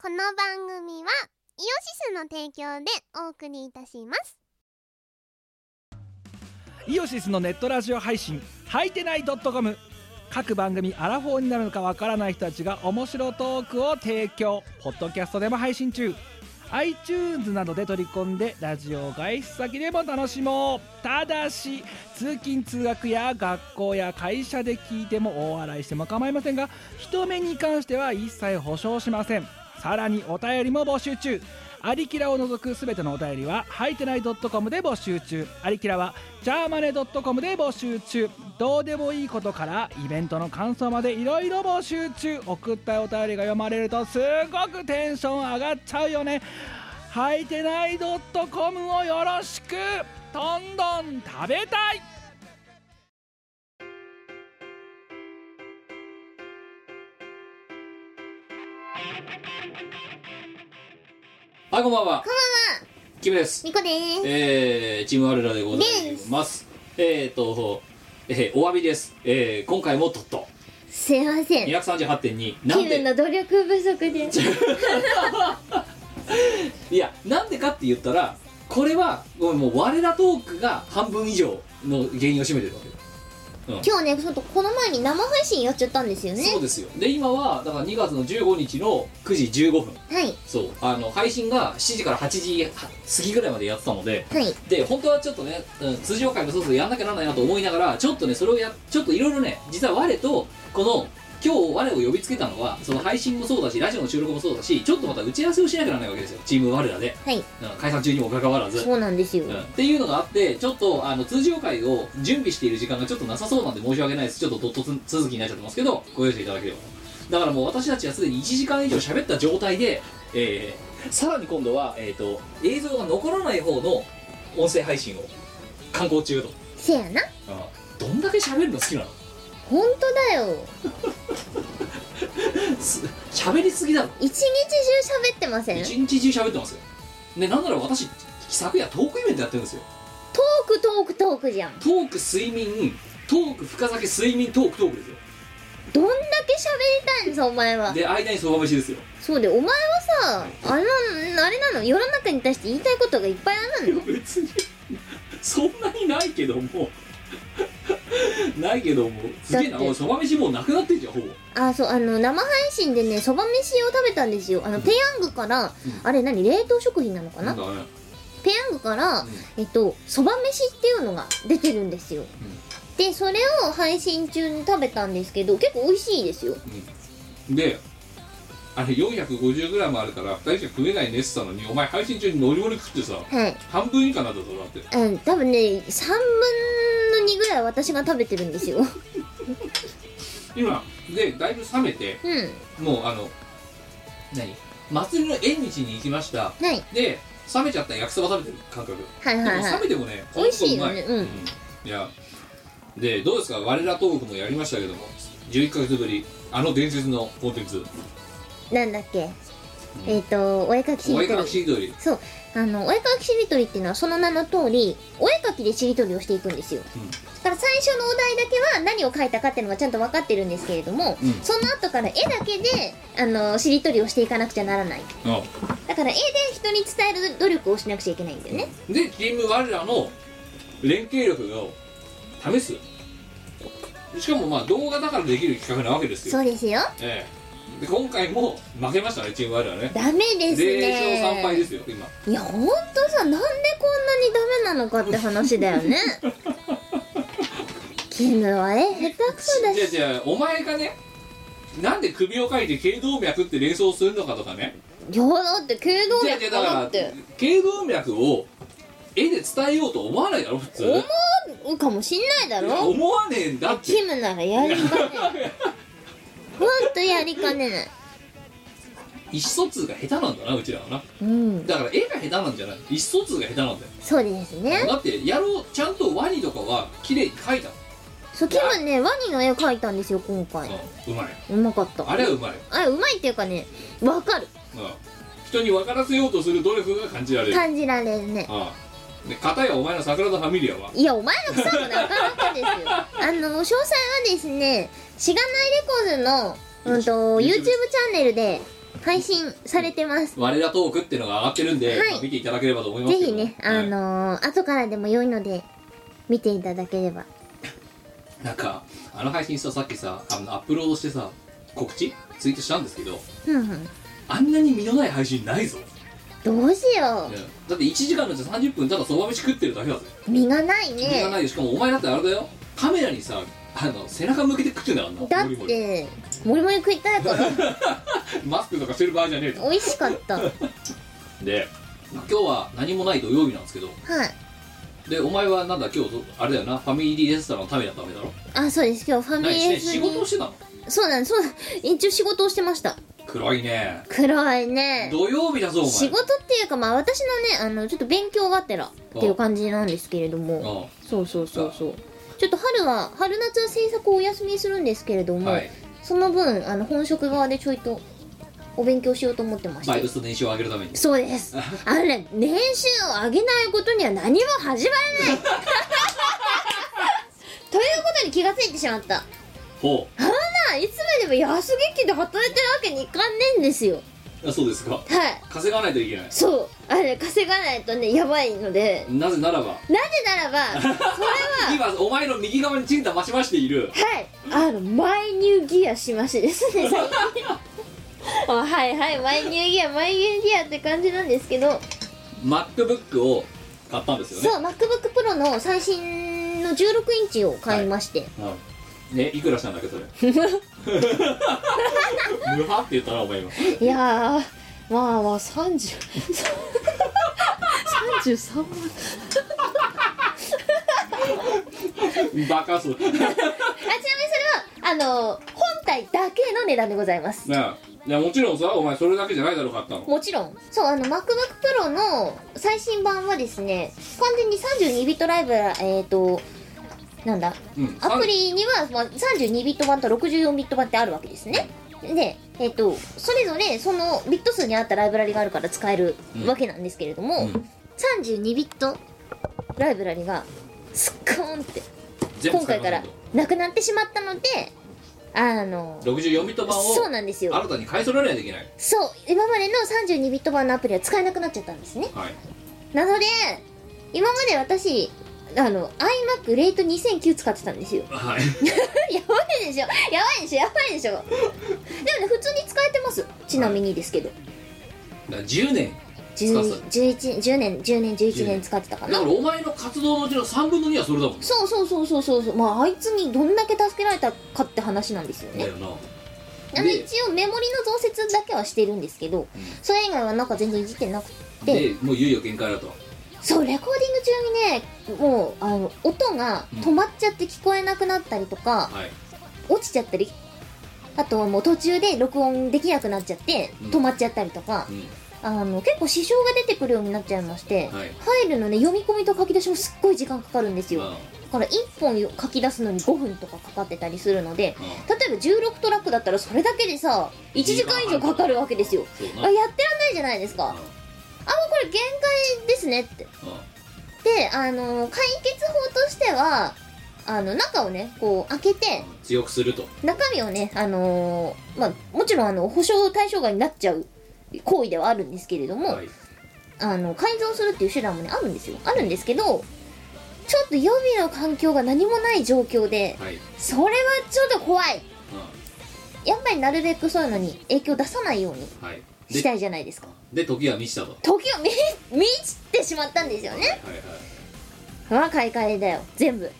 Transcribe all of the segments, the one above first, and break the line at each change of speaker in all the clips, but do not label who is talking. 番組はイオシスの提供でお送りいたします
イオシスのネットラジオ配信「はいてない .com」各番組アラフォーになるのかわからない人たちが面白トークを提供ポッドキャストでも配信中 iTunes などで取り込んでラジオを外出先でも楽しもうただし通勤通学や学校や会社で聞いても大笑いしても構いませんが人目に関しては一切保証しませんさらにお便りも募集中アリキラを除くすべてのお便りは、はいてない .com で募集中。アリキラは、ジャーマネ .com で募集中。どうでもいいことから、イベントの感想までいろいろ募集中。送ったお便りが読まれると、すごくテンション上がっちゃうよね。はいてない .com をよろしくどんどん食べたい
はい、こんばんは。こんばんは。キムです。
ニコです
えー、チーム我らでございます。えーと、えー、お詫びです。えー、今回もとっと。
すいません
238.2。な
キ
ん
ム
で、
の努力不足で
いや、なんでかって言ったら、これは、ごめんもう我らトークが半分以上の原因を占めてるわけよ
今日ねちょっとこの前に生配信やっちゃったんですよね
そうですよ。で、今は、だから2月の15日の9時15分。
はい
そう。あの、配信が7時から8時過ぎぐらいまでやってたので、
はい
で本当はちょっとね、うん、通常会もそうそうやんなきゃならないなと思いながらちょっとねそれをやちょっといろいろね実は我とこの今日我を呼びつけたのはその配信もそうだしラジオの収録もそうだしちょっとまた打ち合わせをしなきゃならないわけですよチーム我らで、
はい
うん解散中にもかかわらず、
そうなんですよ、
うんっていうのがあってちょっとあの通常会を準備している時間がちょっとなさそうなんで申し訳ないですちょっとドットつ続きになっちゃってますけどご容赦いただければだからもう私たちはすでに1時間以上喋った状態で、えーさらに今度は、えー、と映像が残らない方の音声配信を観光中と、
せやな
どんだけ喋るの好きなの
本当だよ
す喋りすぎだろ
一日中喋ってませんトー
一日中喋ってますよでなんなら私昨夜トークイベントやってるんですよ
クトークトークじゃん
トーク睡眠トーク深酒睡眠トークトークですよ
どんだけ喋りたいんですお前は
で間にそば飯ですよ
そうでお前はさあのあれなの世の中に対して言いたいことがいっぱいあるの
別にそんなにないけどもないけどもすげ
だ
えな
って
おいそば飯もうなくなってんじゃんほぼ
あそうあの生配信でねそば飯を食べたんですよあのペヤングから、あれ何冷凍食品なのかな、
んかね
ペヤングから、
うん
えっとそば飯っていうのが出てるんですよ、でそれを配信中に食べたんですけど結構美味しいですよ
であれ 450g あるから2人じゃ食えないねって言ってたのにお前配信中に乗り盛り食ってさ
はい
半分以下なんだぞだって
うん多分ね3分の2ぐらい私が食べてるんです よう
今でだいぶ冷めて
ん
もうあの何祭りの縁日に行きました
はい
で冷めちゃった焼きそば食べてる感覚
はいはい
で
は
も冷
い
めてもね、
美味しいよね
ほと
うん
どいや、で、どうですか、我らトークもやりましたけども、11ヶ月ぶり、あの伝説のコンテンツ、
なんだっけ、えっ、とお絵かきし
お絵
りと
描き
り
しりとり、
そうあのお絵かきしりとりっていうのはその名の通りお絵かきでしりとりをしていくんですよ、
ん
だから最初のお題だけは何を書いたかっていうのがちゃんと分かってるんですけれども、
うん
その後から絵だけであのしりとりをしていかなくちゃならない
あ
だから絵で人に伝える努力をしなくちゃいけないんだよね
で、チーム我らの連携力を試す、しかもまあ動画だからできる企画なわけです
そ
よ、
うですよ
ええで今回も負けましたね、チーム我らね、
ダメです
0勝3敗で
ね
すよ、今。
いやほんとさなんでこんなにダメなのかって話だよ ねキムは絵下手くそだ
じゃあ
し
じゃあお前がねなんで首をかいて頸動脈って連想するのかとかね
いやだって頸動
じゃあじゃ
脈
あだ
かな
か
っ
ら
て
頸動脈を絵で伝えようと思わないだろ普通
思うかもしんないだ
いや
ろ
思わねえんだって
キムなら やりかねないほんとやりかねない
意思疎通が下手なんだなうちらはな
うん
だから絵が下手なんじゃない意思疎通が下手なんだよ
そうですね
だってやろうちゃんとワニとかは綺麗に描いた
そうキムねワニの絵を描いたんですよ今回
うんうまいう
まかった
あれはうまい、
あうまいっていうかねわかる
うん、人に分からせようとする努力が感じられる
感じられるね
うんで片やお前の桜田ファミリアはい
やお前の草もなかなか ですよあの詳細はですねしがないレコーズのうんと YouTube チ
YouTube
ャンネルで配信されてます
我らトークっていうのが上がってるんで、
はい
まあ見ていただければと思いま
ぜ
すけど
ひね、
はい
あのー後からでも良いので見ていただければ
なんかあの配信ささっきさあのアップロードしてさ告知ツイートしたんですけど
ふんふん
あんなに身のない配信ないぞ、
どうしよ
だって1時間のうち30分ただそば飯食ってるだけだぜ
う身がない
気が
ね
ないよしかもお前だってあれだよカメラにさあの背中向けて食ってんだからな
だっ
モリモリ
てもりもり食いたいから
マスクとかしてる場合じゃねえと
美味しかったはい
で、まあ今日は何もない土曜日なんですけどでお前はなんだ今日どあれだよなファミリーレストランのためだっためだろ
あそうです今日ファミ
何
レ
して
ス
仕事を
に
してたの
そうなんそうなん一応仕事をしてました
暗いね
暗いね
土曜日だぞお前
仕事っていうかまあ私のねあのちょっと勉強がてらっていう感じなんですけれども
う
そうそうそうそうちょっと春は春夏は制作をお休みするんですけれど
ん
も、
はい
その分あの本職側でちょいとお勉強しようと思ってまし
バイブ
て
スと年収を上げるために
そうですあのね年収を上げないことには何も始まらないということに気がついてしまった
ほ
まあいつまでも安月給で働いてるわけにいかんねえんですよ
うあそうですか
はい
稼がないといけない
そうあれ稼がないとねやばいので
なぜならば
なぜならばそれは
今お前の右側にチンタましましている
はい、あの、マイニューギアしましてですね、最近。あはいはい、マイニューギア、マイニューギアって感じなんですけど、
MacBook を買ったんですよね
そう、MacBook Pro の最新の16インチを買いまして、
うんねいくらしたんだっけそれ 無はって言ったなお前今
い、やー、まあまあ、30、33万。
バカそう
あ、ちなみにそれは、あの、本体だけの値段でございます。
なあいやもちろんさお前それだけじゃないだろう買ったの
もちろんそうあの MacBook Pro の最新版はですね完全に32ビットライブラえっ、ー、となんだ
うん
アプリには、まあ、32ビット版と64ビット版ってあるわけですねでえっ、とそれぞれそのビット数に合ったライブラリがあるから使える
うん
わけなんですけれど
う
も、
ん
32ビットライブラリがスッコーンって
全部
今
使
回か
いません
ら
と
なくなってしまったのであの
64ビット版を
そうなんですよ
新たに買い揃えないといけない
そう今までの32ビット版のアプリは使えなくなっちゃったんですね
はい
なので今まで私あの iMac レート2009使ってたんですよ
はい
やばいでしょやばいでしょやばいでしょでもね普通に使えてますちなみにですけど
だから10年
12 11 10年10年11
年
年使ってたか
だか
な
らお前の活動のうちの3分の2はそれだもん
そうそうそうそうそうそうまああいつにどんだけ助けられたかって話なんですよ
だ
ね
よ
あ
な
の
で
一応メモリの増設だけはしてるんですけど
うん
それ以外はなんか全然いじってなくて
でもういよいよ限界だと
そうレコーディング中にねもうあの音が止まっちゃって聞こえなくなったりとか、
はい
落ちちゃったりあとはもう途中で録音できなくなっちゃって
うん
止まっちゃったりとか
う、ん
あの結構支障が出てくるようになっちゃいまして、
はい
ファイルのね読み込みと書き出しもすっごい時間かかるんですよ、
うん
だから1本よ書き出すのに5分とかかかってたりするので
うん
例えば16トラックだったらそれだけでさ1時間以上かかるわけですよ
そう
あ
な
やってらんないじゃないですかあもうこれ限界ですねって
うんうん
であの解決法としてはあの中をねこう開けて
強くすると
中身をねあのーまあもちろんあの保証対象外になっちゃう行為ではあるんですけれども、
はい
あの改造するっていう手段もねあるんですよあるんですけどちょっと予備の環境が何もない状況で
はい
それはちょっと怖い
うん
やっぱりなるべくそういうのに影響出さないように
はいで
したいじゃないですか
で時は満ちたとは
時を見 満ちてしまったんですよね
いは
まあ買い替えだよ全部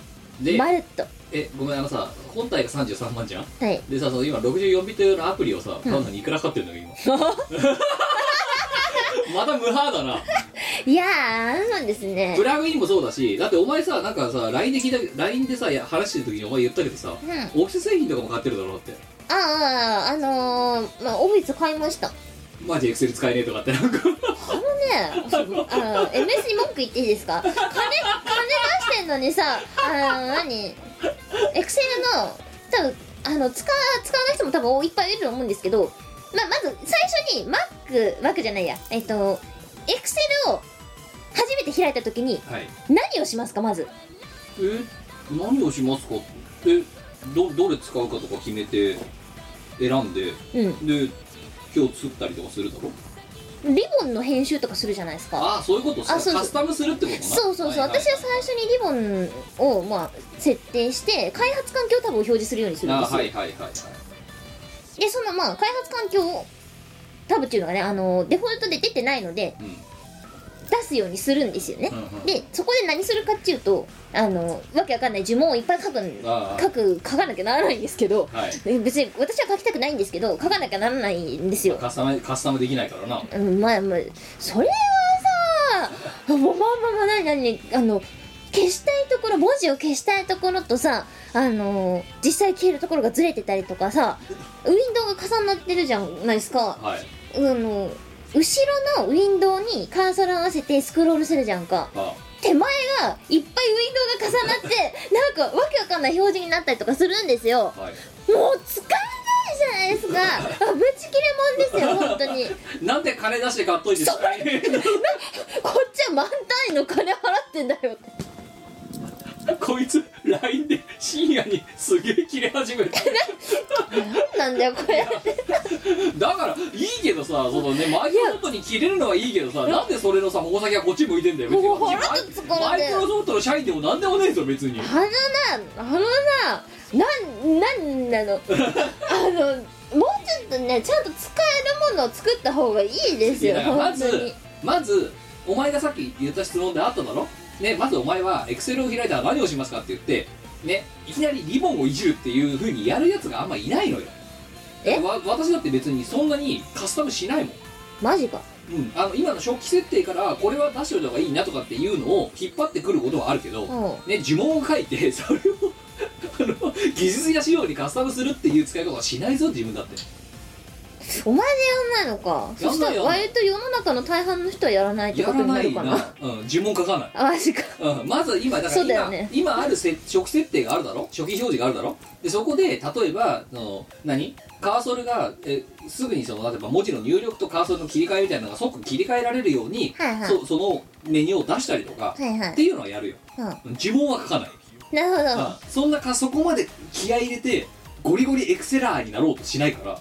いで
まるっと
えごめんあのさ本体が33万じゃん
はい
でさその今64ビット用のアプリをさ買うのにいくらかかってるんだけど今 また無派だない
やーそうですね
プラグインもそうだしだってお前さなんかさ LINE で聞いた LINE でさいや話してる時にお前言ったけどさ
うん
オフィス製品とかも買ってるだろうって
あああのー、まあオフィス買いましたね
マジエクセル使えねえとかってなんか
えあの MS に文句言っていいですか金金出してんのにさあの何エクセルの多分あの使う使わない人も多分いっぱいいると思うんですけど、まあ、まず最初に Mac Mac じゃないやえっとエクセルを初めて開いた時に
はい
何をしますかまず
え何をしますかえどどれ使うかとか決めて選んで
うん
で今日作ったりとかするだろ
リボンの編集とかするじゃないですか
ああそういうこと
あそうそう
カスタムするってことな
そうそうそう、
いいい
私は最初にリボンをまあ設定して開発環境タブを表示するようにするん
あ
ですよ、
はいはいはいはい
でそのまあ開発環境タブっていうのがねあのデフォルトで出てないので
うん
出すようにするんですよね、
うんうん
でそこで何するかっていうとあのわけわかんない呪文をいっぱい書くん
ああ
書く書かなきゃならないんですけど、
はい
え別に私は書きたくないんですけど書かなきゃならないんですよ
カスタムカスタムできないからな
うんまあまあそれはさもうまあまあまあ何何あの消したいところ文字を消したいところとさあの実際消えるところがずれてたりとかさウィンドウが重なってるじゃないですか
はい
あの後ろのウィンドウにカーソルを合わせてスクロールするじゃんか
あ
手前がいっぱいウィンドウが重なってなんかわけわかんない表示になったりとかするんですよ
はい
もう使えないじゃないですかあぶち切れもんですよ本当に
なんで金出して買っといて
そ こっちは満単位の金払ってんだよって
こいつ LINE で深夜にすげえ切れ始めた
なんだよこれって
だからいいけどさそのねマイクロソフトに切れるのはいいけどさなんでそれのさ矛先はこっち向いてんだよ別に
もう
こっち
腹
マイ
立つから
マ
ね
イクロソフトの社員でもなんでもねえぞ別に
あのなあのななんなんなの あのもうちょっとねちゃんと使えるものを作った方がいいです
い
よ
やだからま
本当
ず
に
まずお前がさっき言った質問であっただろねまずお前はエクセルを開いたら何をしますかって言ってねいきなりリボンをいじるっていうふうにやるやつがあんまいないのよ
え
わ私だって別にそんなにカスタムしないもん
マジか
うん、あの今の初期設定からこれは出しておいた方がいいなとかっていうのを引っ張ってくることはあるけど、
うん
ね、呪文を書いて それをあの技術や仕様にカスタムするっていう使い方はしないぞ自分だって
お前でやんないのか
や
そ
ん
し
な
た
い
ら
よ
割と世の中の大半の人はやらないって
や
こと
ら
にな
ない
るか
な
な
うん、呪文書かない
あマジか
うん、まず今だから
そうだ
今
よね
今あるせ初期設定があるだろ初期表示があるだろでそこで例えばその何カーソルがえすぐにその例えば文字の入力とカーソルの切り替えみたいなのが即切り替えられるように、
はいはい
そそのメニューを出したりとか、
はいは
って
い、
いうのはやるよ
う
呪文は書かない、
ん、なるほど
うんそんなかそこまで気合い入れてゴリゴリエクセラーになろうとしないから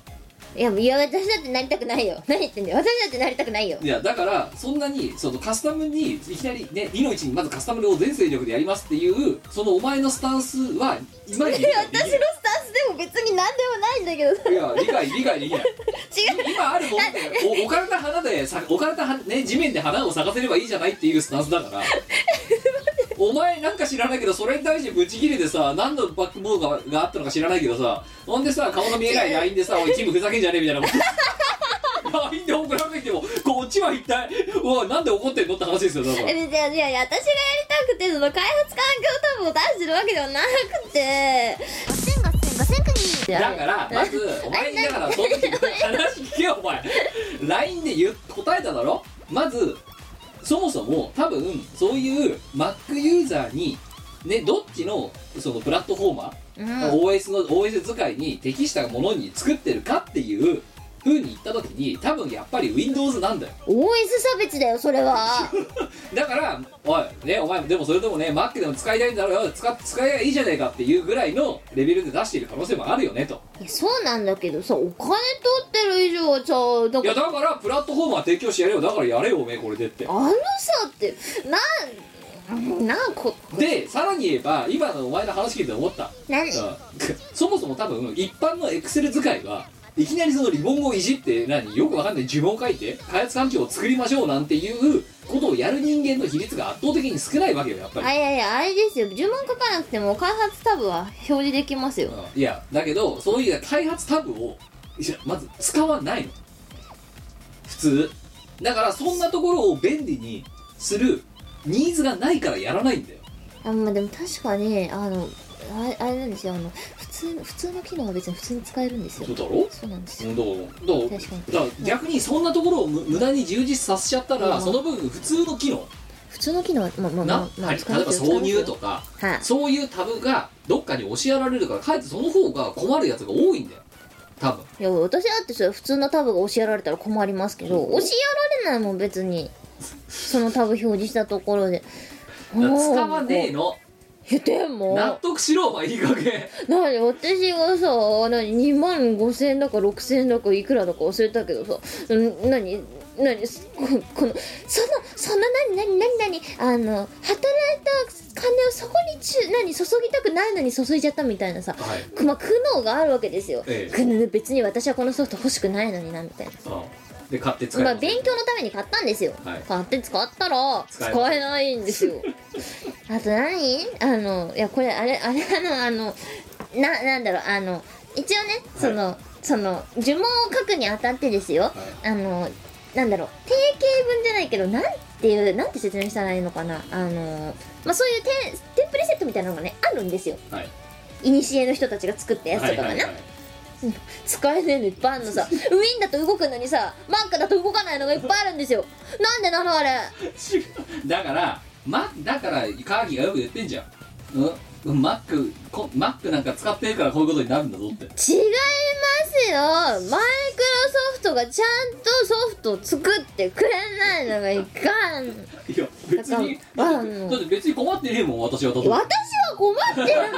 いやいや私だってなりたくないよ何言ってんだよ私だってなりたくないよ
いやだからそんなにそのカスタムにいきなりね2の1にまずカスタムを全勢力でやりますっていうそのお前のスタンスはいまいち
い
理
や
解
私のスタン
でき
スでも別に何でもないんだけど
ないいや理解理解できな
違
い
う
今あるものってお置かれた花でさ置かれた花、ね、地面で花を咲かせればいいじゃないっていうスタンスだからお前なんか知らないけどそれに対してブチギレでさ何のバックボードががあったのか知らないけどさほんでさ顔の見えない LINE で さ「おいキムふざけんじゃねえ」みたいなこと LINE で送られてきてもこっちは一体おいなんで怒ってんのって話ですよだから
えいやいやいや私がやりたくてその開発環境タブを出してるわけではなくて
ガセンガセンガセンクニー
だからまずお前にだからその時の話聞けよお前 LINE で言う答えただろまずそもそも多分そういう Mac ユーザーにねどっちのそのプラットフォーマー、OS の OS 使いに適したものに作ってるかっていうふうに言った時に多分やっぱり Windows なんだよ
OS 差別だよそれ は
だからおいねお前でもそれでもね Mac でも使いたいんだろうよ使っ使えばいいじゃないかっていうぐらいのレベルで出している可能性もあるよねと
いやそうなんだけどさお金取ってる以上はさだ
い
か
や
ら
だからプラットフォームは提供してやれよだからやれよおめえこれでって
あのさってなんなんこ
でさらに言えば今のお前の話聞いて思った、
何
うんそもそも多分一般のエクセル使いはいきなりそのリボンをいじって何よくわかんない呪文を書いて開発環境を作りましょうなんていうことをやる人間の比率が圧倒的に少ないわけよやっぱり
あいやいやあれですよ呪文書かなくても開発タブは表示できますよ
うんいやだけどそういう開発タブをいやまず使わないの普通だからそんなところを便利にするニーズがないからやらないんだよ
あまあでも確かにあのあれあれなんですよあの普通普通の機能は別に普通に使えるんですよ
そうだろ
そうなんですよ
うんだからだから
確かに
だから逆にそんなところをむ無駄に充実させちゃったら、
うん
その分普通の機能
普通の機能はまあまあま
な、
あまあ
例えば挿入とか
はい
そういうタブがどっかに押しやられるからかえってその方が困るやつが多いんだよ多分
いや私だってそれ普通のタブが教えられたら困りますけど教えられないもん別にそのタブ表示したところで
だから使わねえの
ええでも
納得しろお前いい加減
なに私がさ何2万5000円だか6000円だかいくらだか忘れたけどさん何何すここのそのその何何何何あの働いた金をそこにちゅ何注ぎたくないのに注いじゃったみたいなさ、
はい
くまあ、苦悩があるわけですよ、
ええ
くぬ別に私はこのソフト欲しくないのになみたいな
うんで買って使い
ま
ま
あ、
す
勉強のために買ったんですよ、
はい
買って使ったら
使え
使
ない
えないんです よあと何あのいやこれあれあれあのあのななんだろうあの一応ねその、その呪文を書くにあたってですよ、あのなんだろう定型文じゃないけどなんていうなんて説明したらいいのかなあのまあそういうテテンプレセットみたいなのがねあるんですよ
はい
古の人たちが作ったやつとかがね、使えねえのいっぱいあるのさウィンだと動くのにさマックだと動かないのがいっぱいあるんですよなんでなのあれ
だから、ま、だから、カーギーがよく言ってんじゃん。うん、マック、こマックなんか使ってるからこういうことになるんだぞって。
違いますよマイクロソフトがちゃんとソフトを作ってくれないのがいかん
いや、別に、
だ
だ
から
って
あの
だって別に困ってねえもん、私は。だっ
私
て
は困ってる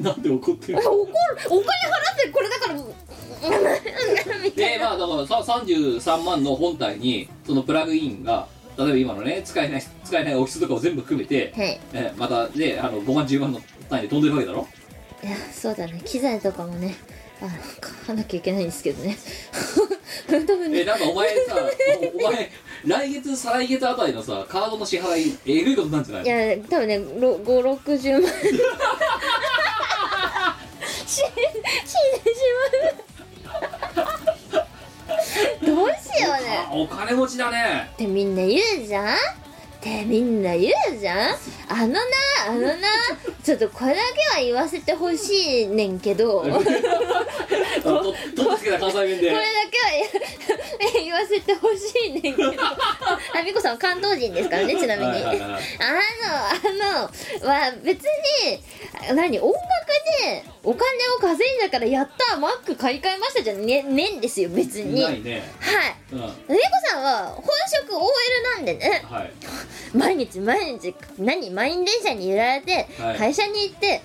の
なんで怒ってる
怒るお金払ってるこれだからうんうんうんみた
で、
いな
まあ、だからさ33万の本体に、そのプラグインが、例えば今のね、使えない、使えないオフィスとかを全部含めて、
はい
えまた、で、あの、5万、10万の単位で飛んでるわけだろ
いやそうだね機材とかもねあの買わなきゃいけないんですけどね 多分ね
えなんかお前 さおお前来月再来月あたりのさカードの支払いえぐいことなんじゃない
いや多分ねろ560万死ん死んでしまうどうしよう
あ
ね
お金持ちだね
ってみんな言うじゃんってみんな言うじゃんあのなあのなちょっとこれだけは言わせてほしいねんけどこれだ
あのととっつけた関西弁
け
で
は言言わせてほしいねんけ どあみこさんは関東人ですからねちなみ
はいはい
に
はい
あの、あの、は別に、何、音楽でお金を稼いだからやった、マック買い替えましたじゃね、ねんですよ、別に。
な
はい
い。ねうんは
猫さんは本職 OL なんでね、
い
毎日毎日、何、満員電車に揺られて
はい、
会社に行って、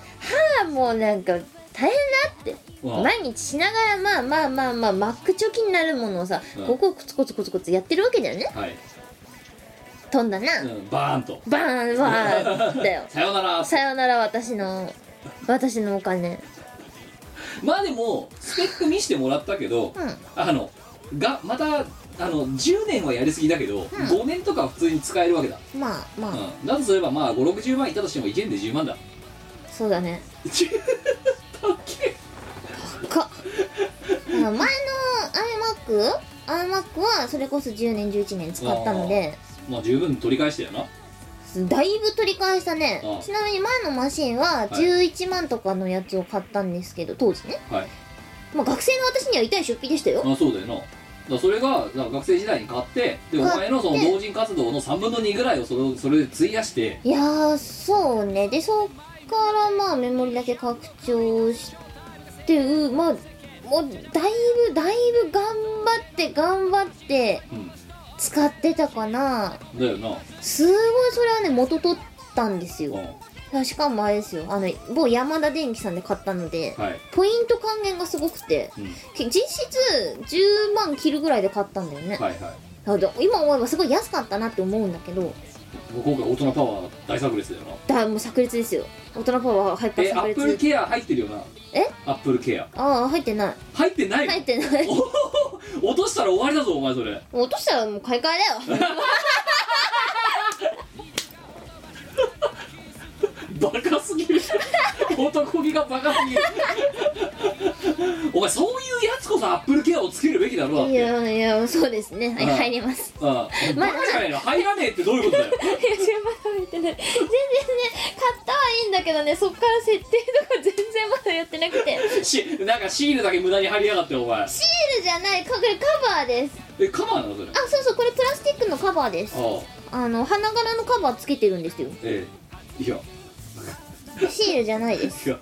はあ、もうなんか、大変だって
うん
毎日しながらまあまあまあまあマック貯金になるものをさ
うん
ここコツコツコツコツやってるわけだよね
はい、
飛んだな、
うん、バーンと
バーンバーンだよ
さよなら
さよなら私の私のお金
まあでもスペック見してもらったけど、
うん
あのがまたあの10年はやりすぎだけど、5年とかは普通に使えるわけだ、
まあまあ、
うん、だとすればまあ560万いたとしても1年で10万だ
そうだねかあの前の iMac iMac はそれこそ10年11年使ったので
まあ十分取り返してよな
だいぶ取り返したね
ああ
ちなみに前のマシンは11万とかのやつを買ったんですけど当時ね、
はい
まあ、学生の私には痛い出費でしたよ
あそうだよなだからそれがだから学生時代に買ってでお
買って
前のその同人活動の3分の2ぐらいをそれそれで費やして
いやーそうねでそっからまあメモリだけ拡張してうまあもうだいぶだいぶ頑張って頑張って
うん
使ってたかな
だよな、
すごいそれはね元取ったんです
うん
よしかもあれですよあの某山田電機さんで買ったので
はい、
ポイント還元がすごくて
うん、
実質10万切るぐらいで買ったんだよね、
はいはい
だから今思えばすごい安かったなって思うんだけど
もう今回大人パワー大炸裂だよな
だからもう炸裂ですよ大人パワーハイパー
えア
炸
ッ
裂
プルケア入ってるよな
え
アップルケア
ああ入ってない
入ってないよ
入ってないも
落としたら終わりだぞお前それ
う落としたらもう買い替えだよ
バカす ぎる男気がバカすぎるお前そういうやつこそアップルケアをつけるべきだろだって
いやいやそうですねはい
ああ
入ります
うん、バカじゃないの入らねえってどういうことだ よ
いや全然まだ入ってない全然ね買ったはいいんだけどねそっから設定とか全然まだやってなくて
しなんかシールだけ無駄に貼りやがってお前
シールじゃないこれカバーです
えカバーなのそれ
あそうそうこれプラスチックのカバーです
ああ
あの花柄のカバーつけてるんですよ
ええいや
シールじゃないです
いや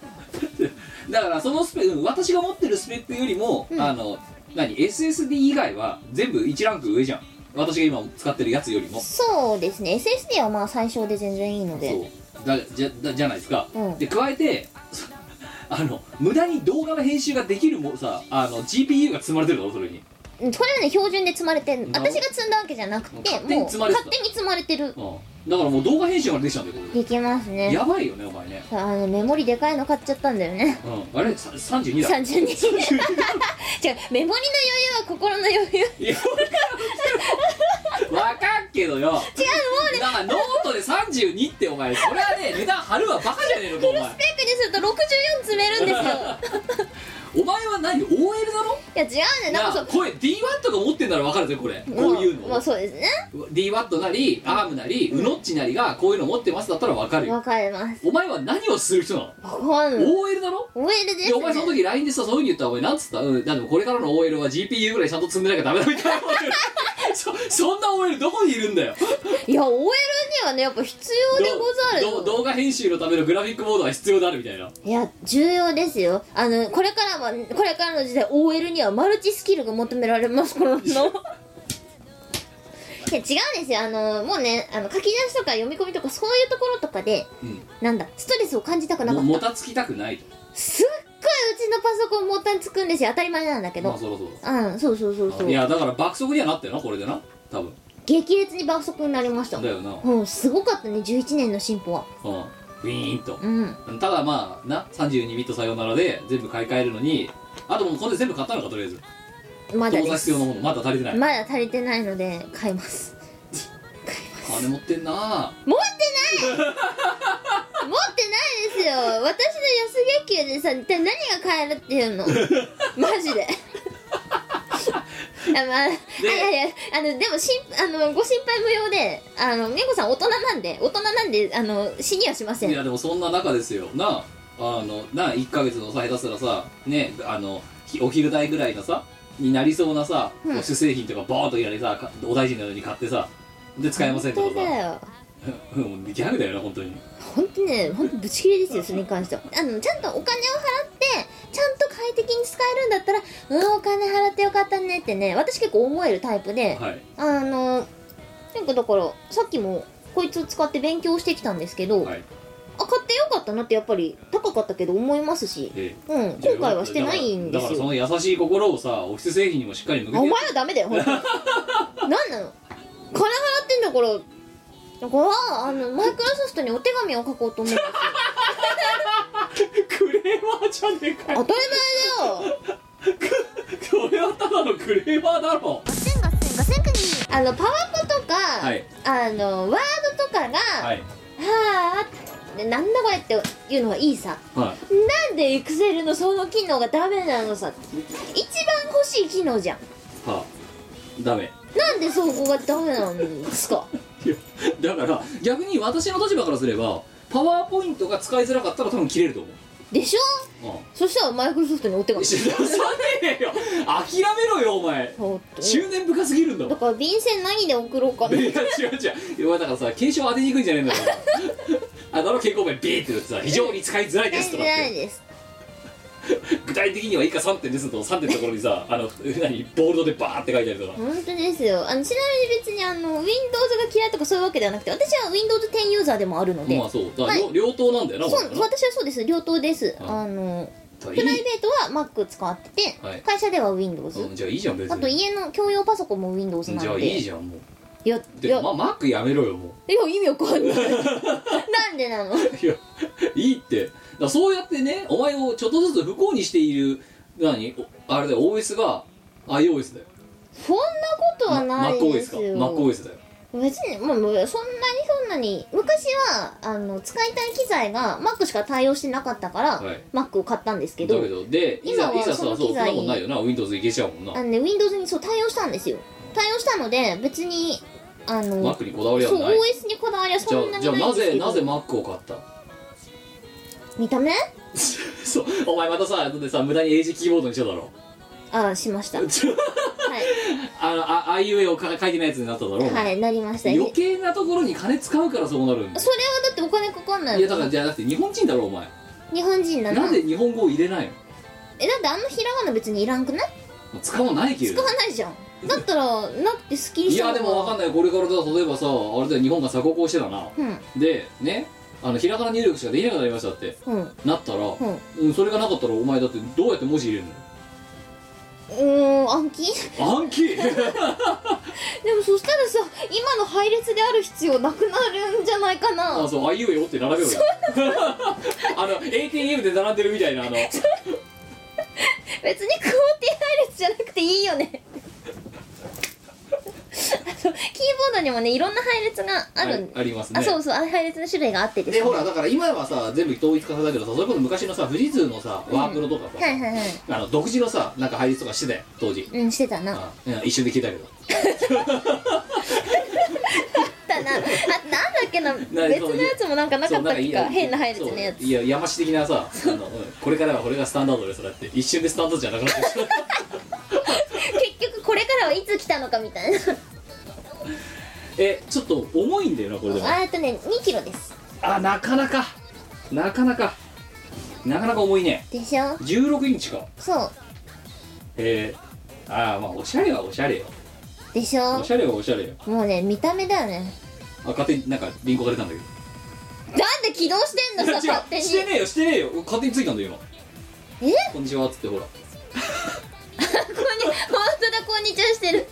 だからそのスペうん私が持ってるスペックよりも、
うん
あの何 SSD 以外は全部1ランク上じゃん私が今使ってるやつよりもそ
そうですね SSD はまあ最小で全然いいので
うだじゃだじゃないですか、
うん
で加えて あの無駄に動画の編集ができるもさあの GPU が積まれてるだろそれに、
うんこれはね標準で積まれてる
なるほど
私が積んだわけじゃなくてもう
勝
勝
手
手
に
に
積まれてた
積まれてる
うん、だからもう動画編集までできちゃうんだよこれ
できますね
やばいよねお前ね、
さああのメモリでかいの買っちゃったんだよね
うん、あれさ32だ
32
32
違うメモリの余裕は心の余裕違う
いや分かっけどよだからノートで32ってお前それはね値段張るわバカじゃねえのかお前
ペックにすると64詰めるんですよ
お前は何 OL だろ
いや違うねなんか
な
そ
あ
う
これ DW とか持ってんなら分かるぜこれこういうの、
まあそうですね
DW なり ARM なり、うノッチなりがこういうの持ってますだったら分かるよ
わかります
お前は何をする人なの、
わかんない
OL だろ
OL です
い
ね
やお前その時 LINE でさそういうふうに言ったらお前なんつったうんだってこれからの OL は GPU ぐらいちゃんと積んでなきゃダメだみたいなそそんな OL どこにいるんだよ
いや OL にはねやっぱ必要でご
ど
ざる
動画編集のためのグラフィックモードは必要であるみたいない
や重要ですよあのこれからはこれからの時代 OL にはマルチスキルが求められますからのいや違うんですよあのもうねあの書き出しとか読み込みとかそういうところとかで
うん
なんだストレスを感じたくなか
も
った
もたつきたくないと
すっごいうちのパソコンもたつくんですよ当たり前なんだけ
まあ
ど
そろそろ
うんそうそうそうそう
いやだから爆速にはなったよなこれでな多分
激烈に爆速になりました
だよな、うん、
うんすごかったね11年の進歩は
ウィーンと
うん
ただまあな32ビットさようならで全部買い替えるのにあともうこれで全部買ったのかとりあえず
まだ
動
で
画
す
必要なものまだ足りてない
まだ足りてないので買います
金持ってんな
持ってない持ってないですよ私の安月給でさ一体何が買えるっていうのマジ であまあ、あいやいやあのでもしんあのご心配無用であの猫さん大人なんで大人なんであの死にはしません
いやでもそんな中ですよなあのな1ヶ月のさ下手すらさねあのひお昼代ぐらいのさになりそうなさ、
うん
こう主製品とかボーンといられさかお大臣のように買ってさで使えませんと
本当
か
だ
さ
よ
うんギャグだよな本当に
本当ね本当ブチ切れですよそれに関してはあのちゃんとお金を払ってちゃんと快適に使えるんだったらうんお金払ってよかったねってね私結構思えるタイプで
はい
あのなんかだからさっきもこいつを使って勉強してきたんですけど、
はい
あ買ってよかったなってやっぱり高かったけど思いますし
え
うん後
え
悔はしてないんで
だ
す
から
よ
だからその優しい心をさオフィス製品にもしっかり向
お
けて
前はダメだよ 本当に何なの金払ってんだからだからあのマイクロソフトにお手紙を書こうと思って
クレーマーじゃねえか
当
よ
たり前だよ
それはただのクレーマーだろ
ガセンガセンガセンクニー
あのパワポとか、
はい
あのワードとかが「
はい
はあ」ってなんだこれっていうのがいいさ
はい
なんでエクセルのその機能がダメなのさ一番欲しい機能じゃん
はあダメ
なんでそこがダメなんですか
いやだから逆に私の立場からすればパワーポイントが使いづらかったら多分切れると思う
でしょ
う
そしたらマイクロソフトにお手
ん
紙
知らさねえよ諦めろよお前
そう
執念深すぎるんだも
だ
ん
から便箋何で送ろうかない
や違う違ういやだからさ検証当てにくいんじゃねえんだよあだろ健康面ビーって言ってさ非常に使いづらいですとかっ
ない
て
です
具体的には以下3点ですと3点のところにさ あの何ボールドでバーって書いてあるとか
本当ですよあのちなみに別にあの Windows が嫌いとかそういうわけではなくて私は Windows10 ユーザーでもあるので、
まあそうだから両両党なんだよな
そう
お前
私
な
はそうです両党です、
はい
あの
だから
プライ
い
ベ
い
ートは Mac 使ってて、
はい
会社では Windows、
うんじゃあいいじゃん別
あと
に
家の共用パソコンも Windows な
じゃ
の
あ
で
いいじゃんもう
いやい
で
や,、
まマックやめろよもう
いや意味わかんない なんでなの
いやいいってだからそうやってねお前をちょっとずつ不幸にしている何おあれだよ OS が iOS だよ
そんなことは
マ
ない
ック OS
です
か
よ、
マック OS だよ
別にもうもうそんなにそんなに昔はあの使いたい機材が Mac しか対応してなかったから、
はい
Mac を買ったんですけ
だ
ど
けどでいざ
今はい
ざさ
そ
そ
の
うそ
機
んな
材
もんないよな Windows いけちゃうもんな
あのね Windows にそう対応したんですよ対応したので別にあの
マックにこだわりは
そう
ない
OS にこだわりは
じゃ
そんな
あ
に
じゃあ
ない
なん
です
ぜ
けど
なぜマックを買った
見た目
そうお前またさだってさ無駄に AG キーボードにしただろ
ああしま したはい、
あのああいう絵をか書いてないやつになっただろ、
はい、なりました
余計なところに金使うからそうなるんだ
それはだってお金かかんない
いや
もん
だからじゃあだって日本人だろお前
日本人なの
なんで日本語を入れないの
えだってあのひらがな別にいらんくない
使わないけれ
使
ど
わないじゃんだったらなってスッキリ
い
した
やでもわかんないこれからだと例えばさあれだよ日本が鎖国をしてたな
うん
でねあのひらがな入力しかできなくなりましたって
うん
なったら、
うん
うん、それがなかったらお前だってどうやって文字入れる
うーん暗 記
の暗記
でもそしたらさ今の配列である必要なくなるんじゃないかな
あそうあいうえおって並 べようよあの ATM で並んでるみたいなあの
別にクオーティ配列じゃなくていいよね あのキーボードにもねいろんな配列があるん、
ありますね
あそうそうあ配列の種類があってです
で
ね
ほらだから今はさ全部統一化されたけどさそれこそ昔のさ富士通のさワープロとかさ、
はいはいはい
あの独自のさなんか配列とかしてたよ当時、
うんしてたなあっ
うんうん一瞬で聞いたけど
たなあなんだっけな
な
別のやつもなんかなか
そう
った
な
っ
んかい
け
い
か
や
変な配列のやつ
そういや山師的なさあの、うんこれからはこれがスタンダードですだって一瞬でスタンダードじゃなくなってきた
結局これからはいつ来たのかみたいな
えちょっと重いんだよなこれでも
あーっとね2キロです
あなかなかなかなかなかなか重いね
でしょ
16インチか
そう
えー、ああまあおしゃれはおしゃれよ
でしょ
おしゃれはおしゃれよ
もうね見た目だよね
あ勝手になんかリンゴが出たんだけど
なんで起動して んの
違う
さ勝手に
してねえよしてねえよ勝手についたんだよ今
え
こんにちはっつってほら
ここに本当だこんにちはしてる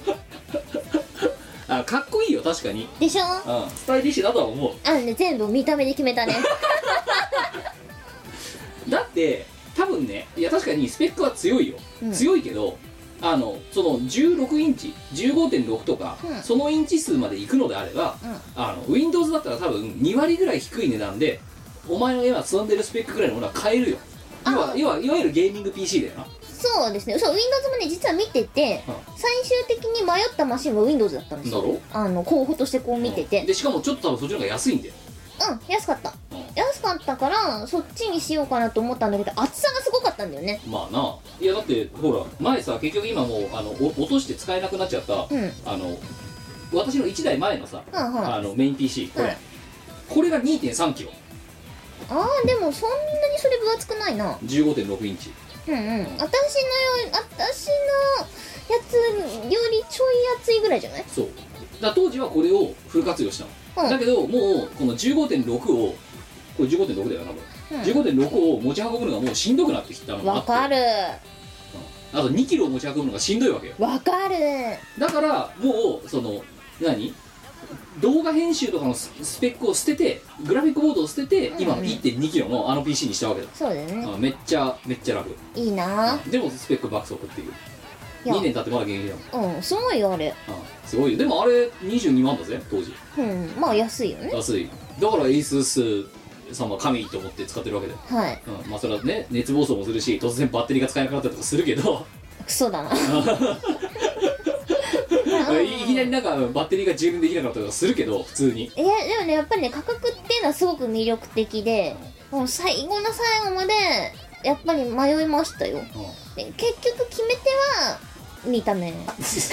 あかっこいいよ確かに、
でしょあ
うん、スタイリッシュだとは思う
のね全部見た目で決めた ね
だって多分ねいや確かにスペックは強いよ、
うん
強いけどあのその16インチ15.6とか、
うん
そのインチ数まで行くのであれば、あの Windows だったら多分2割ぐらい低い値段でお前の今積んでるスペックぐらいのものは買えるよ要は要はいわゆるゲーミング PC だよな
そうですねそう Windows もね実は見てて
うん
最終的に迷ったマシンは Windows だったんです
だ
よ
ろ
あの候補としてこう見てて
うんでしかもちょっと多分そっちの方が安いんだよ
うん安かった
うん
安かったからそっちにしようかなと思ったんだけど厚さがすごかったんだよね
まあないやだってほら前さ結局今もうあのお落として使えなくなっちゃった、
うん
あの私の1台前のさ、
うんうん
あのメイン PC これ、
はい
これが2 3キロ
あーでもそんなにそれ分厚くないな
1 5 6インチ
うんうん私のよう私のやつよりちょい厚いぐらいじゃない
そうだから当時はこれをフル活用したの、
うん
だけどもうこの15.6をこれ15.6だよなこれ、
うん
15.6を持ち運ぶのがもうしんどくなってきたのがあ
わ
って
かる
あと2キロ持ち運ぶのがしんどいわけよ
わかる
だからもうその何動画編集とかのススペックを捨ててグラフィックボードを捨てて、
うんうん
今の1 2キロのあの PC にしたわけだ、
そうだよね
あめっちゃめっちゃ楽
いいな
でもスペック爆速っていう
いや
2年経ってまだ現役だもん
うんすごいよあれ
うんすごいよでもあれ22万だぜ当時
うんまあ安いよね
安いだから ASUS さんは神と思って使ってるわけだよ、
はい
うん、まあそれはね熱暴走もするし突然バッテリーが使えなくなったりとかするけど
クソ だな
いきなりなんかバッテリーが充電できなかったりとかするけど普通に
いやでもねやっぱりね価格っていうのはすごく魅力的でもう最後の最後までやっぱり迷いましたよ
うん
で結局決め手は見た目
つ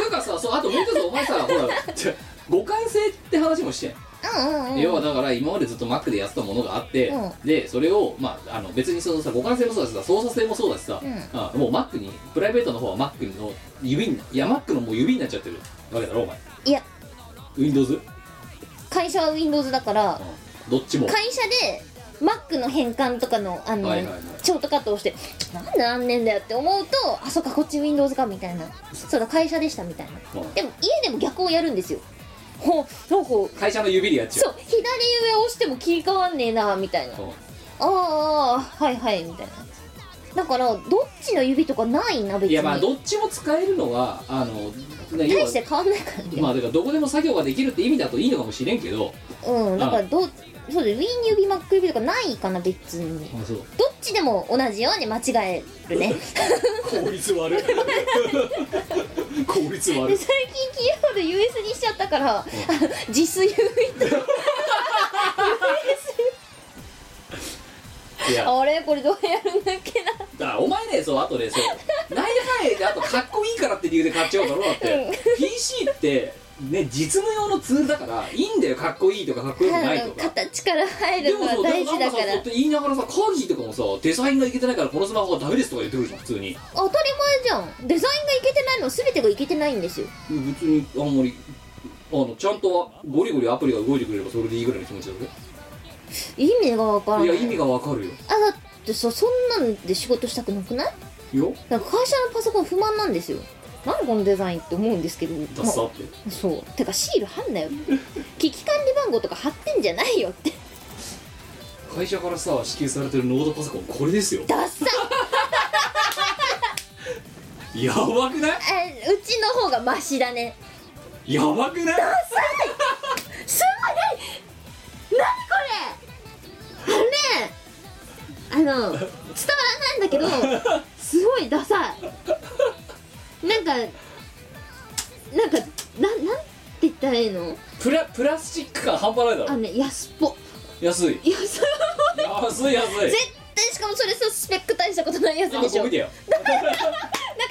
うかさそうあともう一つお前さほらちょ互換性って話もして、
うんうんうん
要はだから今までずっと Mac でやってたものがあって、
うん
でそれを、まあ、あの別にそのさ互換性もそうだしさ操作性もそうだしさ、
うん
あもう Mac にプライベートの方は Mac の指にいや Mac のもう指になっちゃってるわけだろお前
いや
Windows、
会社は Windows だから
どっちも
会社で Mac の変換とかのあの、
はいはいはい
ショートカットをしてなんであんねんだよって思うとあそっかこっち Windows かみたいなそうだ会社でしたみたいな
うん
でも家でも逆をやるんですよほうなんか
会社の指でやっちゃ
そうう左上押しても切り替わんねえなみたいなあ
うん
あああはいはいみたいなだからどっちの指とかないな別に
いやまあどっちも使えるのはあのね要
大
は
して変わんないからね、
まあだからどこでも作業ができるって意味だといいのかもしれんけど、
うんだからどうそうで Wii に指 Mac 指とかないかな別に
あそう
どっちでも同じように間違えるね
効率 悪い 効
で
率悪い
最近キーボード US にしちゃったからあの自炊 u
いや
あれこれどうやるんだっけな
だからお前ねそうあと ねそうなんやかんやであとかっこいいからって理由で買っちゃうだろだって PC ってね実務用のツールだからいいんだよかっこいいとかかっこよくない
あ
と
の
か
形から入
で
るの
も
は
そうで
大
も
事
な
だ
んか
か
さ
ら
そうやって言いながらさ会議とかもさデザインがいけてないからこのスマホはダメですとか言ってくるじゃん普通に
当たり前じゃんデザインがいけてないのは全てがいけてないんですよ
うん別にあんまりあのちゃんとはゴリゴリアプリが動いてくれればそれでいいぐらいの気持ちだ
意味がわからな
け
い
いや意味がわかるよ
あだってさそんなんで仕事したくなくない
いや
なんか会社のパソコン不満なんですよなんでこのデザインって思うんですけど、
ダ
まあ
サって
そうてかシール貼んなよって 危機管理番号とか貼ってんじゃないよって
会社からさ支給されてるノートパソコンこれですよ
ダッサ
やばくない
えうちの方がマシだね
やばくない
すごい何何これあのねあの伝わらないんだけどすごいダサいなんかなんかななんて言ったらいいの
プラプラスチック感半端ないだ
あの
ろ
ね安っぽ
安い
いやそれは
安い安い
絶対しかもそれさスペック大したことないやつ
あ
でしょ
こ
な
れ
ん
見て
か
よ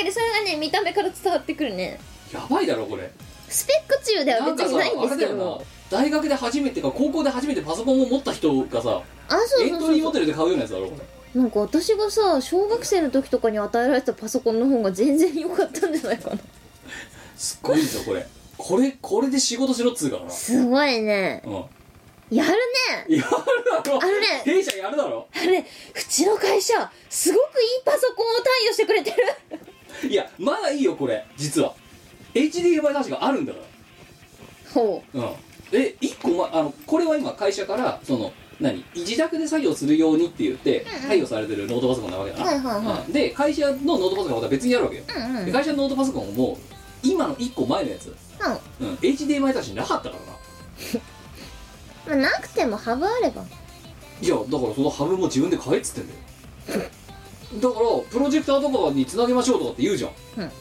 ねそれがね見た目から伝わってくるね
やばいだろこれ
スペック中では
なん
別
かさ
にないんで
あ
す
れ
け
だよ
ど
な大学で初めてか高校で初めてパソコンを持った人がさ
あそう
エ
そ
ン
う
ト
そ
リ
う
ーモデルで買うようなやつだろこれ
なんか私がさ小学生の時とかに与えられたパソコンの方が全然良かったんじゃないかな
すっごいぞこれこれこれで仕事しろっつうからな
すごいね
うん
やるね
やるだろ
あのね
弊社やるだろ
あれうちの会社すごくいいパソコンを貸与してくれてる
いやまだいいよこれ実は HDMI 端子があるんだか
ほ
らうんえ一個、ま、あのこれは今会社からその何自宅で作業するようにって言って
うんうん
貸与されてるノートパソコンなわけだな、
はいはいは
うんで会社のノートパソコンはまた別にやるわけよ、
ううんうん
で会社のノートパソコンも今の1個前のやつ、うん、HDMI 端子なかったからな
まあなくてもハブあれば
いやだからそのハブも自分で買えっつってんだよだからプロジェクターとかにつなげましょうとかって言うじゃん、うん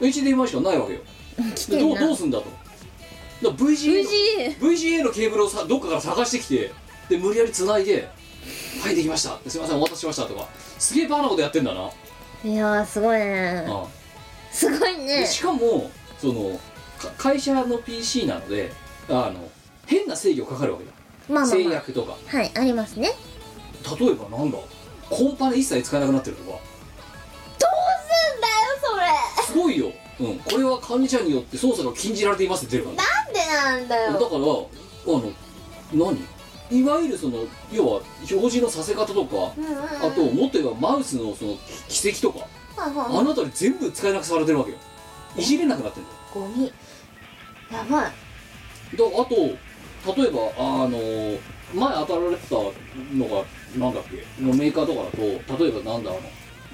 HDMI しかないわけよ
来
で
て
ど
ん
う
な
どうすんだとだから VGA, の
VGA
VGA のケーブルをさどっかから探してきてで無理やりつないで「はいできました」すいませんお待たせしました」とかすげえバカなことやってんだな、
いやーすごいね
うん
すごい
で
ね
しかもそのか会社の PC なのであの変な制御かかるわけだ、
まあまあ
制
まあ
約とか
はいありますね
例えばなんだコンパネ一切使えなくなってるとか
だよそれ
すごいよ、うん、これは管理者によって操作が禁じられていますって出るから
な
ね
んでなんだ
だからあの何いわゆるその要は表示のさせ方とか
うんうんうん
あともっと言えばマウスのその軌跡とか
はいはい
あの辺り全部使えなくされてるわけよいじれなくなってるんだ
ゴ
よ
ミやばい
だあと例えばあの前当たられてたのがなんだっけのメーカーとかだと例えばなんだあの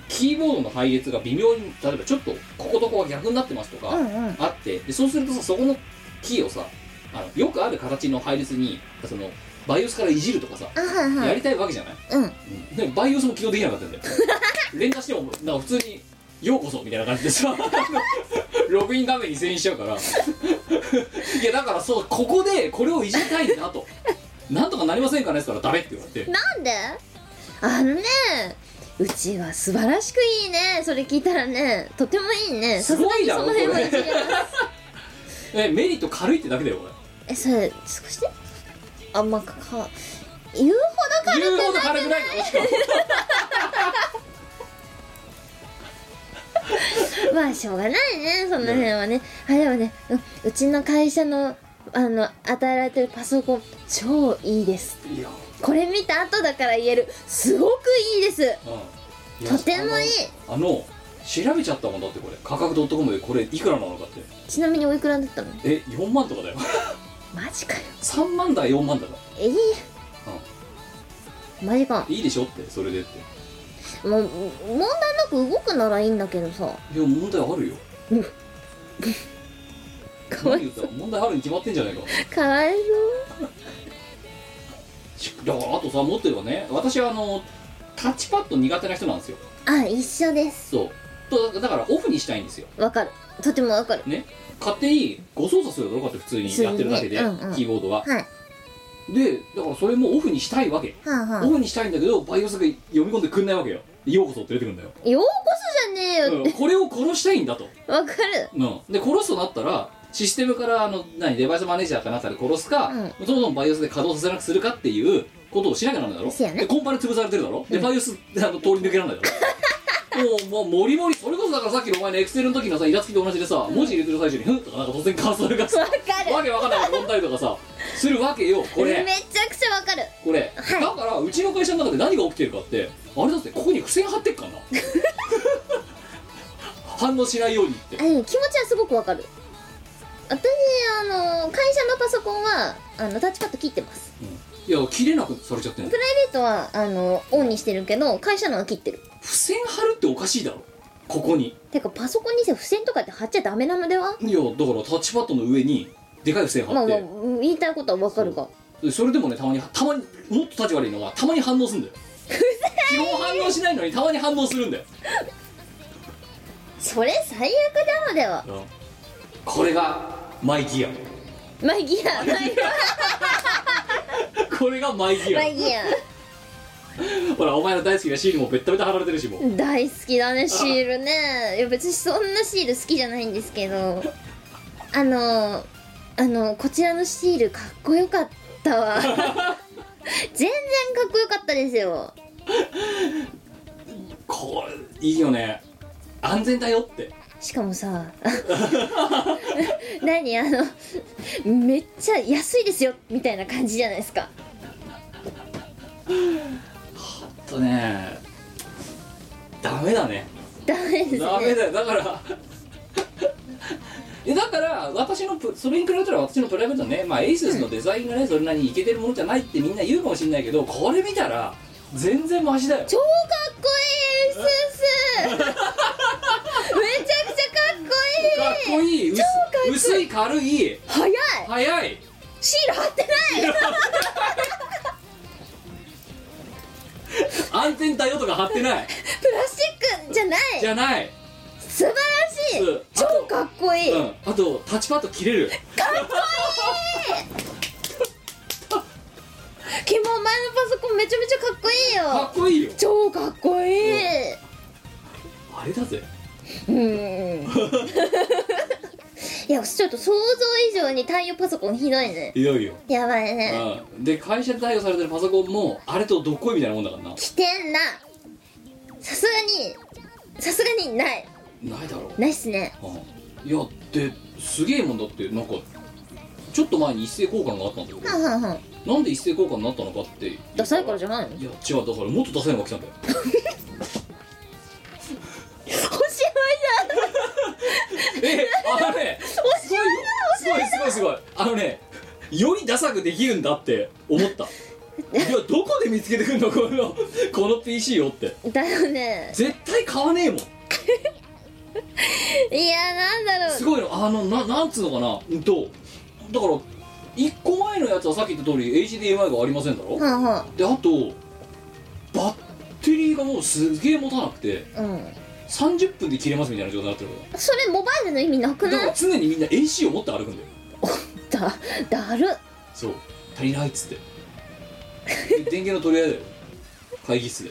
キーボードの配列が微妙に例えばちょっとこことここが逆になってますとか
うんうん
あってでそうするとさそこのキーをさあのよくある形の配列にそのバイオスからいじるとかさ
あはいは
や
い
りたいわけじゃない、
うん
でもバイオスも起動できなかった んだよ連打してもなんか普通に「ようこそ」みたいな感じでさ ログイン画面に遷移しちゃうからいやだからそうここでこれをいじりたいなとなんとかなりませんかねっつったら「ダメ」って言われて
なんであのねうちは素晴らしくいいねそれ聞いたらねとてもいいね
すごいだ
さ
ろ
すがにその辺は一理あ る
えメリット軽いってだけだよこれ
えそれ少しであんまかか言うほどか
言うほど軽くないからしかも
まあしょうがないねその辺はね、あでもねうんうちの会社のあの与えられてるパソコン超いいです
いや、
これ見た後だから言えるすごくいいです
うんいや
とてもいい
あの調べちゃったもんだってこれ価格 .com でこれいくらなのかって
ちなみにおいくらだったの
え4万とかだよ
マジかよ
3万だ4万だか
ええマジから
いいでしょってそれでって
もう問題なく動くならいいんだけどさ
いや問題あるよ
かわ
何言
い
ったら問題あるに決まってんじゃないか
かわい
しだからあとさもっと言えばね私はあのタッチパッド苦手な人なんですよ
そうあ一緒です
そうとだだからオフにしたいんですよ
わかるとてもわかる
ね勝手にご操作するだろこうやって普通にやってるだけで、
普通にねうんうん
キーボードが
はい
でだからそれもオフにしたいわけ、
はあは
オフにしたいんだけどバイオスが読み込んでくんないわけよようこそって出てくるんだよ、
あようこそじゃねえよっ
うん、これを殺したいんだと
てわかる
うん、で殺すとなったらシステムからあの何デバイスマネージャーかなんかで殺すか、
う
どんどんバイオスで稼働させなくするかっていうことをしなきゃならないだろ
そうやね
でコンパネ潰されてるだろ、で
うん
バイオスあの通り抜けられないだろもうもうもりもりそれこそだからさっきのお前のエクセルの時のさイラつきと同じでさ、文字入れてる最中に「ふん」とかなんか突然カーソル がさ
わかる
わけわかんないこと飛んだりとかさするわ けよこれ
めちゃくちゃわかる
これ、
はい
だからうちの会社の中で何が起きてるかってあれだってここに付箋貼ってっから な反応しないようにって
あでも気持ちはすごくわかる私あの会社のパソコンはあのタッチパッド切ってます
いや切れなくされちゃってんの
プライベートはあのオンにしてるけど会社のは切ってる
付箋貼るっておかしいだろここに
てかパソコンにさ付箋とかって貼っちゃダメなのではい
やだからタッチパッドの上にでかい付箋
ま
貼
あ、
っ
まあ
て、
言いたいことはわかるが
でそれでもねたまにたまにもっと立ち悪いのがたまに反応するん だよ基本反応しないのにたまに反応するんだよ
それ最悪なのでは
これがマイギア
マイギアマイギ
これがマイギ
ア
ア
マイギア
ほらお前の大好きなシールもベッタベタ貼られてるしもう
大好きだねシールねいや別にそんなシール好きじゃないんですけどあのあのこちらのシールかっこよかったわ全然かっこよかったですよ
これいいよね安全だよって
しかも さ何あのめっちゃ安いですよみたいな感じじゃないですか
あとねダメだね
ダメですね
ダメだよだから えだから私のプそれに比べたら私のプライベートはねまあエイスのデザインがねそれなりにいけてるものじゃないってみんな言うかもしれないけどこれ見たら全然マシだよ
超かっこいいスースーめちゃくちゃかっこいい
かっこいい薄
っこいい
薄い軽い
早い
速い
シール貼ってない
安全だよとか貼ってない
プラスチックじゃない
じゃない、
素晴らし
うん
い超かっこいい、
うん、あとタッチパッド切れる
君もお前のパソコンめちゃめちゃかっこいい
か
よ
っこいいよ
超かっこいい
あれだぜ
うんいやちょっと想像以上に太陽パソコンひどいね
いよいよ
やばいね
うんで会社で対応されてるパソコンもあれとどっこいみたいなもんだからな
来てんなさすがにさすがにない
ないだろう
ないっすね
うんいやですげえもんだってなんかちょっと前に一斉交換があったんだけ
はんはんはん
どなんで一斉交換になったのかって言った
ダサいからじゃないの
いや違うだからもっとダサいのが来たんだよ
おしまいじゃん
えあのねすごいよすごいすごいすごいあのねよりダサくできるんだって思ったいやどこで見つけてくんのこのこの PC をって
だよね
絶対買わねえもん
いやなんだろ
す
う
ごいのあのななんつうのかなうんとだから1個前のやつはさっき言った通り HDMI がありませんだろ、
はんは
であとバッテリーがもうすげえ持たなくて
んうん
30分で切れますみたいな状態になってるか
それモバイルの意味なく
らだ
な
から
い
常にみんな AC を持って歩くんだよ
だだる
そう足りないっつってで電源の取り合いだよ会議室で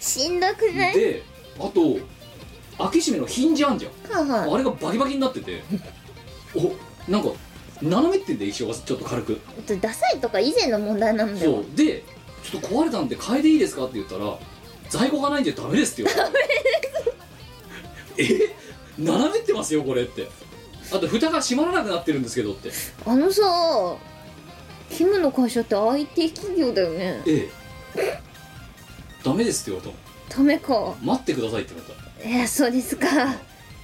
しんどくない
であと開け閉めのヒンジあんじゃん
はんはん
あれがバキバキになってておなんか斜めってんだよ一緒がちょっと軽く
ちょっとダサいとか以前の問題なんだ
そ
よ
うでちょっと壊れたんで変えていいですかって言ったら在庫がないんでダメですって言われてえ斜めってますよこれってあと蓋が閉まらなくなってるんですけどって
あのさキムの会社って IT 企業だよね
ええダメですって言われた
ダメか
の待ってくださいって言われた
えー、そうですか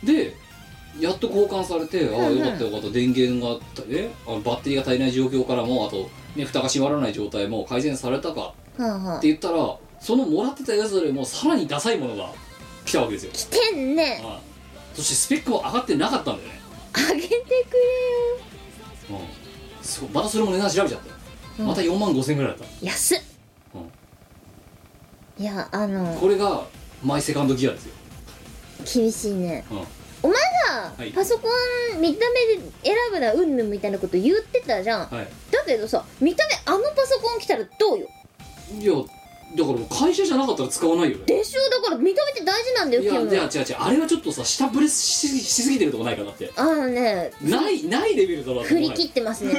でやっと交換されて、ああ
うんうん
よかったよかった電源がえあのバッテリーが足りない状況からもあと、ね、蓋が閉まらない状態も改善されたか
はんは
っ
ん
て言ったらそのもらってたやつよりもさらにダサいものが来たわけですよ
来てんね
はいそしてスペックも上がってなかったんだよね、
あげてくれよ
うん、そうまたそれも値段調べちゃった、
うん
また4万5千円ぐらいだっ
安っ、いやあ
た
の
これがマイセカンドギアですよ、
厳しいね
うん、
お前さ、
はい
パソコン見た目で選ぶなうんぬんみたいなこと言ってたじゃん、
は
だけどさ見た目あのパソコン来たらどうよ
いいやだからもう会社じゃなかったら使わないよね
でしょだから認めて大事なんだよ
いや
清
いや
野
違う違うあれはちょっとさ下ブレスししすぎてるとこないかなって
あのね
ないないレベルだなって
振り切って ますね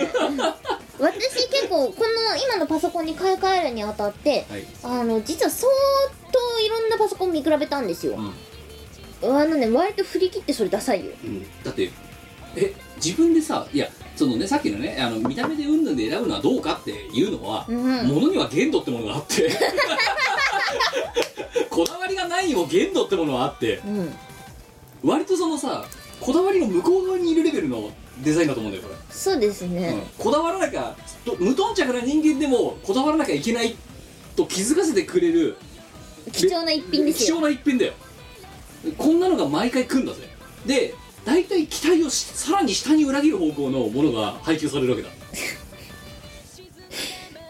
私結構この今のパソコンに買い替えるにあたって
はい、
あの実は相当いろんなパソコン見比べたんですよ
うん
あのね割と振り切ってそれダサいよ
うん、だってえ自分でさいやそのねさっきのねあの見た目でうんぬんで選ぶのはどうかっていうのは、
うん
ものには限度ってものがあって こだわりがないにも限度ってものはあって
うん
割とそのさこだわりの向こう側にいるレベルのデザインだと思うんだよこ
そうです
れ、うん
ね、
こだわらなきゃと無頓着な人間でもこだわらなきゃいけないと気づかせてくれる
貴重な一品です
貴重
よ
な一品だよこんなのが毎回来んだぜで大体期待をしさらに下に裏切る方向のものが配給されるわけだ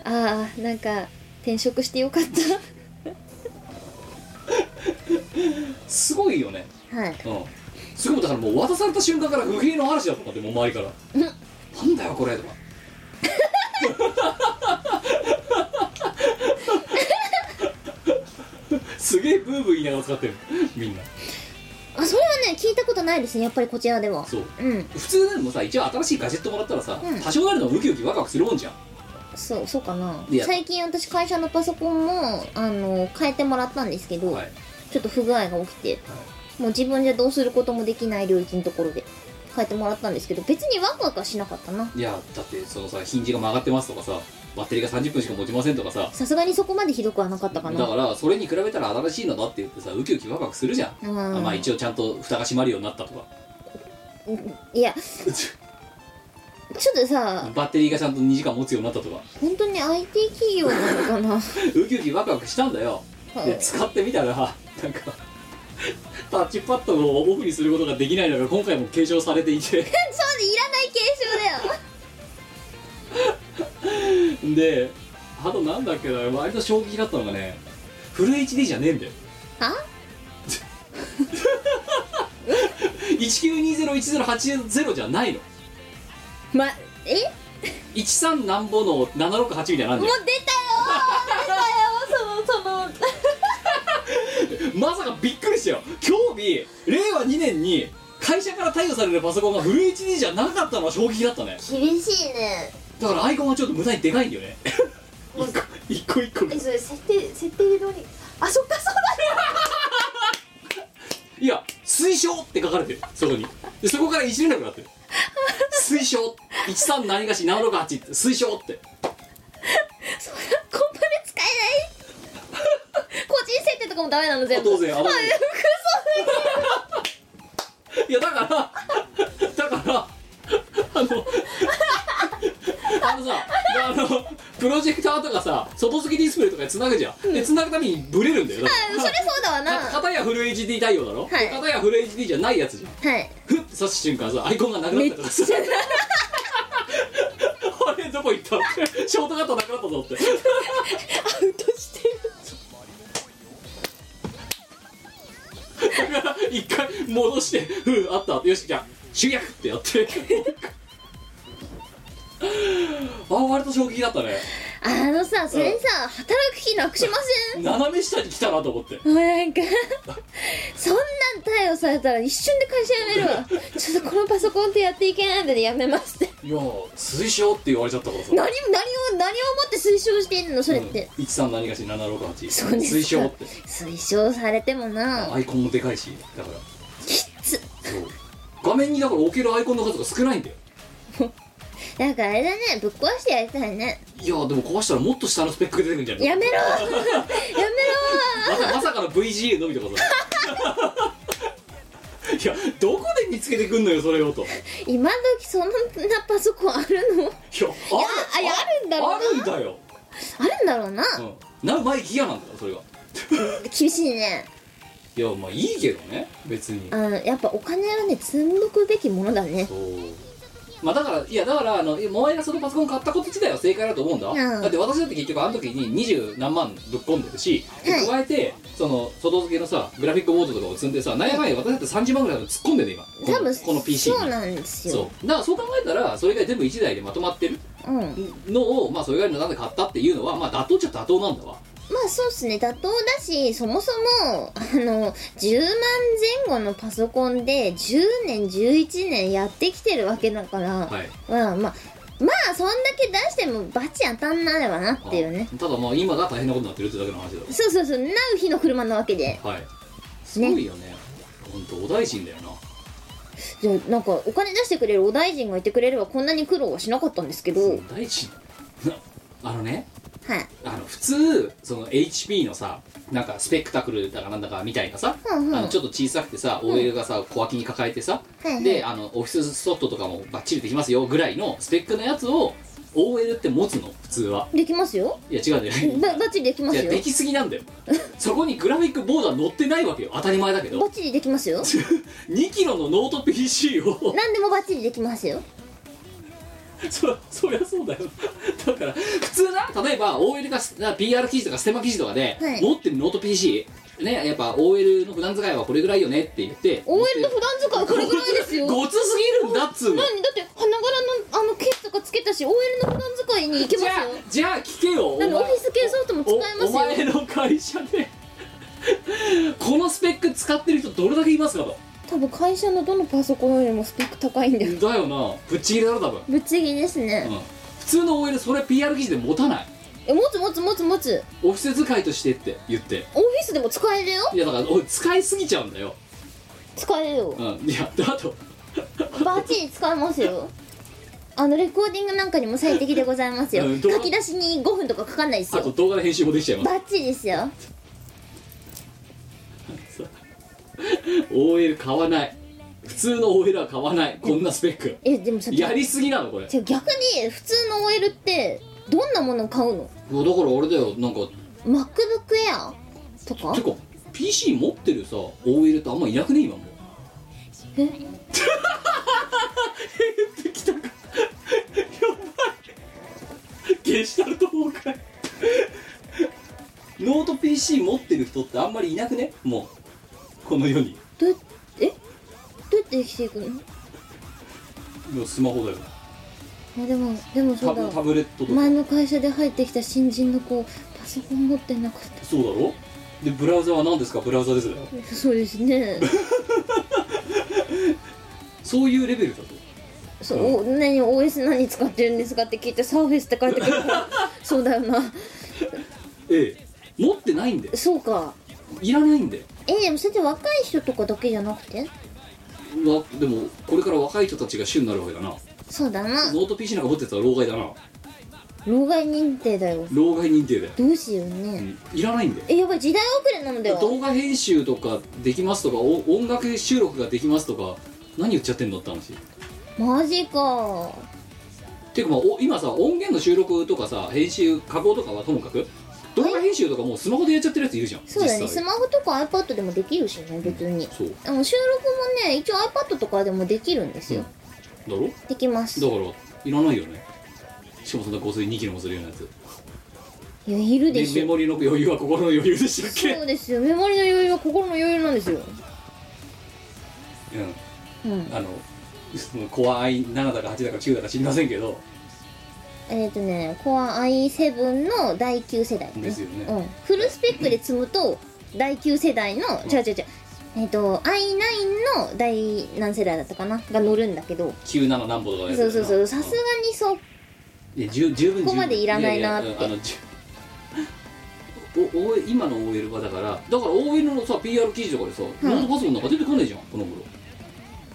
ああなんか転職してよかっ
すごいよね
たはい
うんすごいだからもう渡された瞬間から不平の嵐だとかってもう周りから「
うん
なんだよこれ」とかすげえブーブー言いながら使ってるみんな
あそれはね聞いたことないですねやっぱりこちらでは
そう
うん
普通でもさ一応新しいガジェットもらったらさ、
うん
多少なりのウキウキワクワクするもんじゃん
そうそうかない
や
最近私会社のパソコンもあの変えてもらったんですけど、
はい
ちょっと不具合が起きて、もう自分じゃどうすることもできない領域のところで変えてもらったんですけど別にワクワクはしなかったない
やだってそのさヒンジが曲がってますとかさバッテリーが30分しか持ちませんとかさ
さすがにそこまでひどくはなかったか
だ
な
からそれに比べたら新しいのだって言ってさウキウキワクワクするじゃん、
うん
あまあ一応ちゃんと蓋が閉まるようになったとか
いやちょっとさ
バッテリーがちゃんと2時間持つようになったとか
本当に IT 企業なのかな は
ウキウキワクワクしたんだよで
い
使ってみたらなんかタッチパッドをオフにすることができないのが今回も継承されていて
そうでいらない継承だよ
であとなんだっけな割と衝撃だったのがねフル HD じゃねえんだよ
は
?19201080 じゃないの
まえ
13なんぼの768みたいなのあん
もう
じ
出たよー出たよーそのその
ゃんまさかびっくりしたよ今日日令和2年に会社から貸与されるパソコンがフル HD じゃなかったのは衝撃だったね
厳しいね
だからアイコンはちょっと無駄にでかいんだよね 一個一個が
それ設定設定通りあそっかそうだ
いや「推奨」って書かれてるそこにでそこからいじれなくなってる「推奨」「13何がし768」って「推奨」って
そんなコンパネ使えない個人設定とかもダメなの全部
当然あのいやだからだからあのあのさあのプロジェクターとかさ外付きディスプレイとかにつなぐじゃん、でつなぐためにブレるんだよだか
あそれそうだわな
ら
は
片やフル HD 対応だろ、
はい
片やフル HD じゃないやつじゃん
い
ふって刺す瞬間さアイコンがなくなったとかさ あれどこ行ったってショートカットなくなったぞって
アウトしてる
だから一回戻して「ふうあった」よしじゃあ集約ってやって あ割と衝撃だったね
あのさそれさ働く気なくしません
斜め下に来たなと思って
もうなんか そんなん対応されたら一瞬で会社辞める わちょっとこのパソコンってやっていけないのでやめますって
いや推奨って言われちゃったからさ
何も何を何をもって推奨してんのそれって、
うん、13何がし768
そうですか
推奨って
推奨されてもな
アイコンもでかいしだから
きつ
そう画面にだから置けるアイコンの数が少ないんだよ
なんかあれだねぶっ壊してやりたいね
いやでも壊したらもっと下のスペックが出てくるんじゃない
やめ ろやめろ
まさまさかの VGA のみとかさ いやどこで見つけてくんのよそれをといや
今時そんなパソコンあるの
あ
いやあるんだろうな
あるんだよ、
あるんだろうな、
うん、な前ギアなんだからそれが
厳しいね
いやまあいいけどね別に
うんやっぱお金はね積んどくべきものだね
そうまあだからいやだからあのお前がそのパソコン買ったこと自体は正解だと思うんだ、
うん
だって私だって結局あの時に二十何万ぶっ込んでるし、で
はい
加えてその外付けのさグラフィックボードとかを積んでさ何やかんや私だって30万ぐらいの突っ込んでる今この
多分
この PC に
そうなんですよ
そうだからそう考えたらそれが全部1台でまとまってる
う、ん、
のをまあそれぐらいのなんで買ったっていうのはまあ妥当っちゃ妥当なんだわ
まあそうですね妥当だしそもそもあの10万前後のパソコンで10年11年やってきてるわけだから、
はい
まあまあまあそんだけ出してもバチ当たんないわなっていうね
あただまあ今が大変なことになってるってだけの話だ
そうそうそうなう日の車なわけで
はいすごいよね本当お大臣だよな
じゃあなんかお金出してくれるお大臣がいてくれればこんなに苦労はしなかったんですけどはい
大臣あのねあの普通その HP のさなんかスペクタクルだかなんだかみたいなさ、
うんうん
あのちょっと小さくてさ OL がさ小脇に抱えてさ、
はいはい
であのオフィスソフトとかもバッチリできますよぐらいのスペックのやつを OL って持つの普通は
できますよ
いや違うんだよね
ばバッチリできま
い
す
や
よ
できすぎなんだよそこにグラフィックボーダー乗ってないわけよ当たり前だけ
バッ
ど
チリできますよ
2キロのノート PC を
何でもバッチリできますよ
そそりゃそうだよだから普通な例えば OL がな PR 記事とかステマ記事とかで、
はい
持ってるノート PC ねやっぱ OL の普段使いはこれぐらいよねって言って
OL の普段使いこれぐらいですよ
ごつすぎるんだっつうの
何だって花柄のあのケースとかつけたし OL の普段使いに行け
じ
ま
ゃあ
すよ
じゃあ聞けよお
な
前
んでオフィス系ソフトも使えますよ
おお前の会社で このスペック使ってる人どれだけいますかと
多分会社のどのパソコンよりもスペック高いんだよ
だよなぶっちぎりだろ多分、
ぶっちぎりですね、
うん、普通の OL それ PR 記事で持たない
え持つ持つ持つ持つ
オフィス使いとしてって言って
オフィスでも使えるよ
いやだからおい使いすぎちゃうんだよ、
使えるよ
うん、いやだと
バッチリ使えますよあのレコーディングなんかにも最適でございますよ
うんどう
書き出しに5分とかかかんないです
あと
よ
動画で編集もできちゃい
バ
ま
ッチリですよ
す OL 買わない普通の OL は買わないこんなスペック
えでもさ
やりすぎなのこれ
じゃあ逆に普通の OL ってどんなものを買うの
もうだから俺だよなんか
MacBook Air とか
てか PC 持ってるさ OL ってあんまいなくね今もう
え
減ってきたかやばいゲシュタルト崩壊ノート PC 持ってる人ってあんまりいなくねもうこの世に
どうやえどうやって生きていくの
もうスマホだよ
あでもでもそ
タ
うだ
ブタブレットとか
前の会社で入ってきた新人の子パソコン持ってなかっ
そうだろでブラウザは何ですかブラウザですよ
たそうです ね
そういうレベルだと
そう、何 OS 何使ってるんですかって聞いてサーフェスって書いてく るからそうだよな
ええ持ってないんで
そうか
いらないんで
えでもそれって若い人とかだけじゃなくて
わでもこれから若い人たちが主になるわけだな
そうだな
ノート PC なんか持ってたら老害だな
老害認定だよ
老害認定だよ、
どうしよう
う
ね
んいらないんだよ
えやばい時代遅れなのでは
動画編集とかできますとかお音楽収録ができますとか何言っちゃってんのって話
マジか
ていうかまあお今さ音源の収録とかさ編集加工とかはともかく動画編集とかもうスマホでやっちゃってるやついるじゃん
そうだね
実
ス
際
マホとか iPad でもできるしね別に
そう
あの収録もね一応 iPad とかでもできるんですよ、
だろ
できます
だからいらないよねしかもそんな5002キロもするようなやつ
いやいるで
で
し
メ
ょ
モリの余裕は心の余裕でしたっけ
そうですよメモリの余裕は心の余裕なんですよ
うん
うん
あのそのコア i7 だか8だか9だか知りませんけど
えっ、とね Core i7 の第9世代
ですよね
うん、フルスペックで積むと第9世代の違う違う違うえっ、と i9 の第何世代だったかなが乗るんだけど
97何歩とかのやつだ
そ
よ
うそ
な
うそうさすがにそ
いや十十分
ここまでいらないなって
ややうんあのじゅ おお今の OL はだからだから OL のさ PR 記事とかでさ、ノートパソコンなんか出てこないじゃんこの頃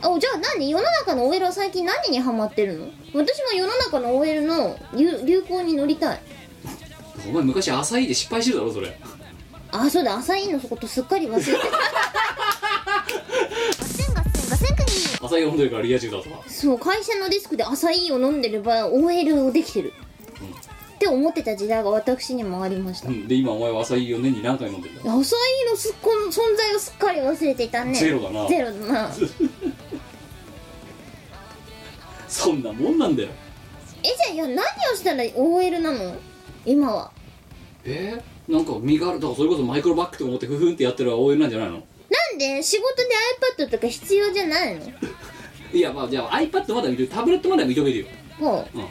あおじゃあ何世の中の OL は最近何にハマってるの私も世の中の OL の流流行に乗りたい
お前昔浅いで失敗してるだろそれ
あそうだ朝インのことすっかり忘れてた
ガセンガセンガセンクニー
浅いが本当にからリア充だとか
そう会社のデスクで朝インを飲んでれば OL をできてる、
うん
って思ってた時代が私にもありました、
う
朝
んで今お前は浅いを年に何回飲んでんだ
インのすっこの存在をすっかり忘れていたね
ゼロだな
ゼロだな
そんなもんなんだよ
えじゃあいや何をしたら OL なの今は
えー、なんか身軽だからそれこそマイクロバッグとか持ってフフンってやってる OL なんじゃないの
なんで仕事で iPad とか必要じゃないの
いやまあじゃあ iPad まだ見るタブレットまでは認めるよ、
ほう
うん、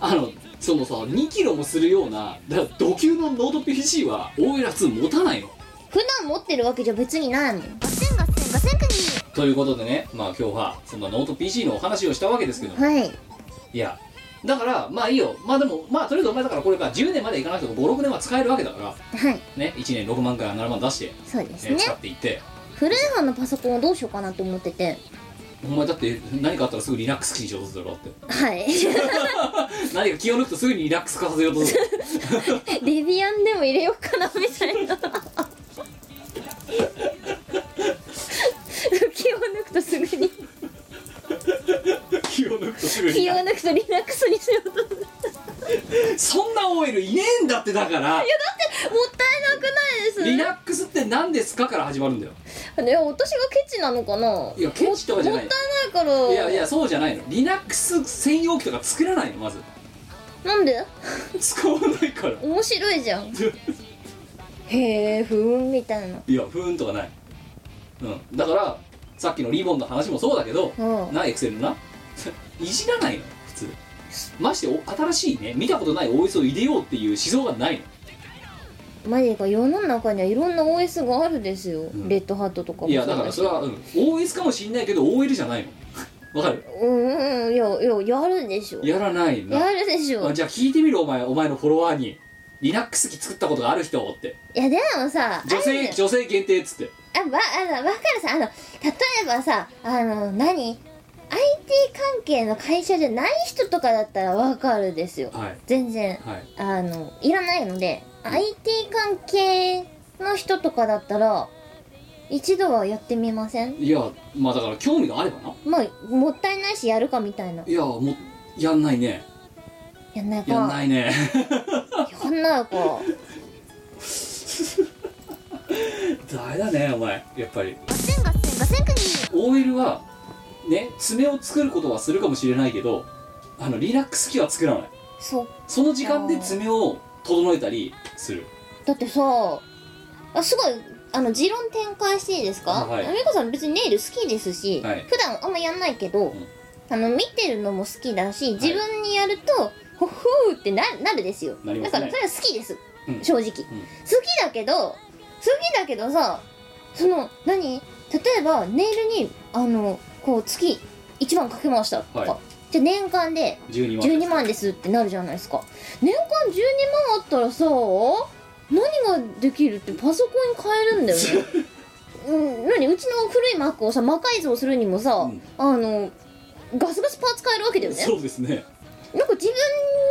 あのそのさ2キロもするようなだから土級のノート PC は OL は普通持たないの
普段持ってるわけじゃ別にないのよ
ガセンガセンガセンクニー
ということでねまあ今日はそんなノート PC のお話をしたわけですけども
はい
いやだからまあいいよまあでもまあとりあえずお前だからこれから10年までいかなくても56年は使えるわけだから
はい
ね1年6万から7万出して、
そうです
えー
ね
使っていって
古い方のパソコンをどうしようかなと思ってて
お前だって何かあったらすぐリラックスにしようとするだろって
はい
何か気を抜くとすぐにリラックス化させようとする
デビアンでも入れようかなみたいな気を抜くとすぐに
気を抜くとすぐに
気を抜くとリラックスにしようとする
そんな OL いねえんだってだから
もったいなくないです
リラックスって何ですかから始まるんだよ
いや私がケチなのかない
いやケチとかじゃない
もったいないから
いやいやそうじゃないのリラックス専用機とか作らないのまず
なんで
使わないから
面白いじゃんへえ不運みたいない
やふーんとかないうんだからさっきのリボンの話もそうだけど、
うん
なエクセルな いじらないの普通ましてお新しいね見たことない OS を入れようっていう思想がない
マジか世の中にはいろんな OS があるですよ、
ん
レッドハットとか
の
も
いやだからそれは、うん、OS かもしんないけど OL じゃないのわかる
うんうんうんいやいややるでしょや
やらないな
るでしょ
あじゃあ聞いてみろお前お前のフォロワーにリラックス機作ったことがある人をって
いやでもさ
女
あれ
性
だよ
女性限定っつって
あわあのわかるさあの例えばさあの何 IT 関係の会社じゃない人とかだったらわかるですよ
はい
全然
はい
あのいらないので IT 関係の人とかだったら一度はやってみません
いやまあだから興味があればな
まあもったいないしやるかみたいない
やもうやんないね
やんないか
やんないね
やんないか
ダメだねお前やっぱり
ガセンガセンガセンクニー
OL はね爪を作ることはするかもしれないけどあのリラックス機は作らない
そう
その時間で爪を整えたりする
だってさあすごいあの持論展開していいですか
あはい
美香さん別にネイル好きですし、
はい
普段あんまやんないけど、
ん
あの見てるのも好きだし自分にやると、ほふーってななるですよ
なりま
だ
すね
からそれは好きです、
うん
正直、好きだけど好きだけどさその何例えばネイルにあのこう月1万かけましたとか、
はい
じゃあ年間で
12万
12万ですってなるじゃないですか年間12万あったらさ何ができるってパソコンに変えるんだよね うん、何うちの古いマックをさ魔改造するにもさ、
うん
あのガスガスパーツ変えるわけだよね
そうですね
なんか自分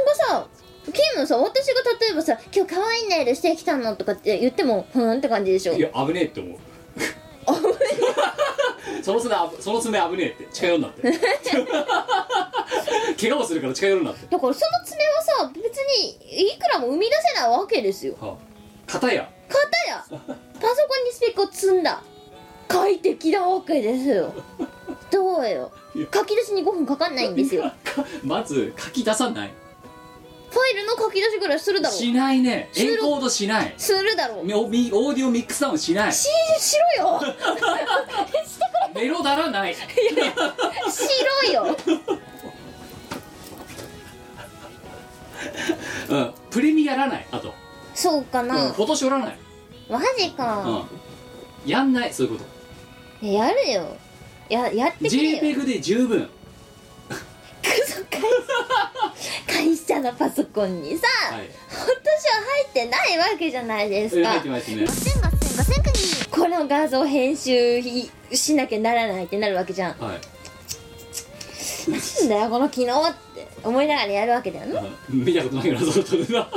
がさケイムさ私が例えばさ「今日可愛いネイルしてきたの」とかって言ってもふーんって感じでしょ
いや危ねえって思う危ねえ その爪あぶその爪危ねえって近寄るなって 怪我をするから近寄るなって
だからその爪はさ別にいくらも生み出せないわけですよ
はあ片や
かたやパソコンにスペックを積んだ快適なわけですよどうよ
いや
書き出しに5分かかんないんですよファ
か まず書き出さない
イルの書き出しぐらいするだろ
しないねエ
収録
ンコードしない
するだろ
みオミオーディオミックスダウン しない
ししろ よ
メロだらない
しろよ
うんプレミやらないあと、
そうか
うん、
な
フォトショーやらない、
マジ
うん
か、
やんないそういうこと
やるよややってくれよ
JPEG で十分
クソ会社会社のパソコンにさ、
はい
今年は入ってないわけじゃないです
入
か
ってますね
ガセンガセンガセンクニー
この画像編集いしなきゃならないってなるわけじゃん
はい
なんだよこの機能って思いながらやるわけだよな、
うん見たことないようなソフトでな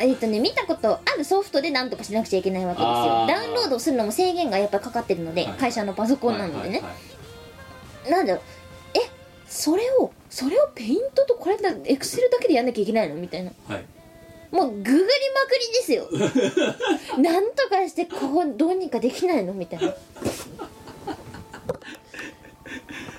えっとね見たことあるソフトで何とかしなくちゃいけないわけですよ
あー
ダウンロードするのも制限がやっぱかかってるので、
はい
会社のパソコンなのでね、
はいはいはい
なんだろうえそれをそれをペイントとこれだエクセルだけでやんなきゃいけないのみたいな
はい
もうググりまくりですよ なんとかしてここどうにかできないのみたいな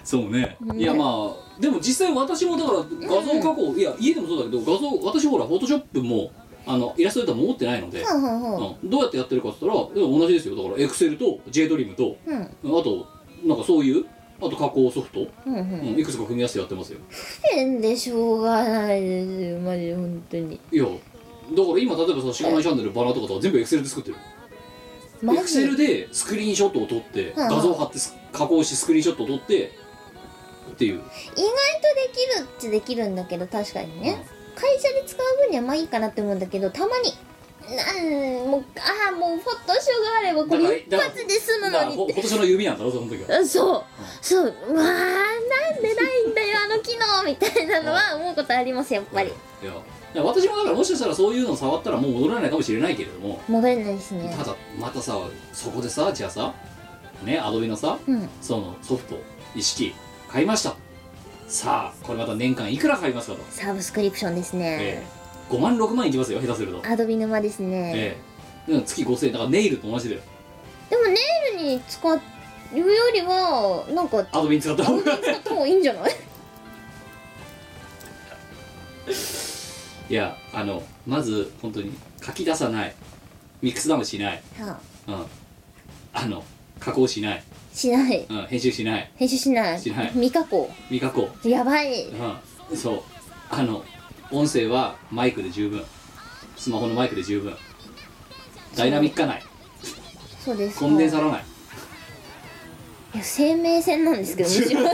そうね
ね
いやまあでも実際私もだから画像加工、いや家でもそうだけど画像私ほらフォトショップもあのイラストレーターも持ってないので、
はんはんはん
うんどうやってやってるかっつったらでも同じですよだからエクセルと JDream と
うん
あとなんかそういうあと加工ソフト、
うんう
うん
ん
いくつか組み合わせてやってますよ
不便でしょうがないですよマジで本当に
いやだから今例えばさ「しがないチャンネル」バナーとかさ全部エクセルで作ってる
マ
エクセルでスクリーンショットを撮って
ん
画像を貼ってす加工してスクリーンショットを撮ってっていう
意外とできるっちゃできるんだけど確かにね会社で使う分にはまあいいかなって思うんだけどたまになんもうああもうフォトショーがあればこれ一
だから
発で済む
だから
のに
ほ
っ
今
て
年の弓なんだろその時は
うんそうそううわあなんでないんだよあの機能みたいなのは思うことありますやっぱり
いやいや私もだからもしかしたらそういうの触ったらもう戻らないかもしれないけれども
戻れないですね
ただまたさそこでさじゃあさねアドビのさ
うん
そのソフト一式買いましたさあこれまた年間いくら買いますかと、
サブスクリプションです
え
ね
え5万6万いきますよ下手すると
アドビ沼ですね
ええうん月5000円だからネイルと同じだよ
でもネイルに使うよりはなんか
アドビに使った方が
使った方がいいんじゃない
いやあのまず本当に書き出さないミックスダウンしない、
はあ
うん、あの加工しない、
しない
うん、編集しない
編集しない
しない
未加工
未加工、
やばい
うん、そうあの音声はマイクで十分スマホのマイクで十分ダイナミックかない
そうです
コンデンサらない
いや生命線なん ですけどむしろは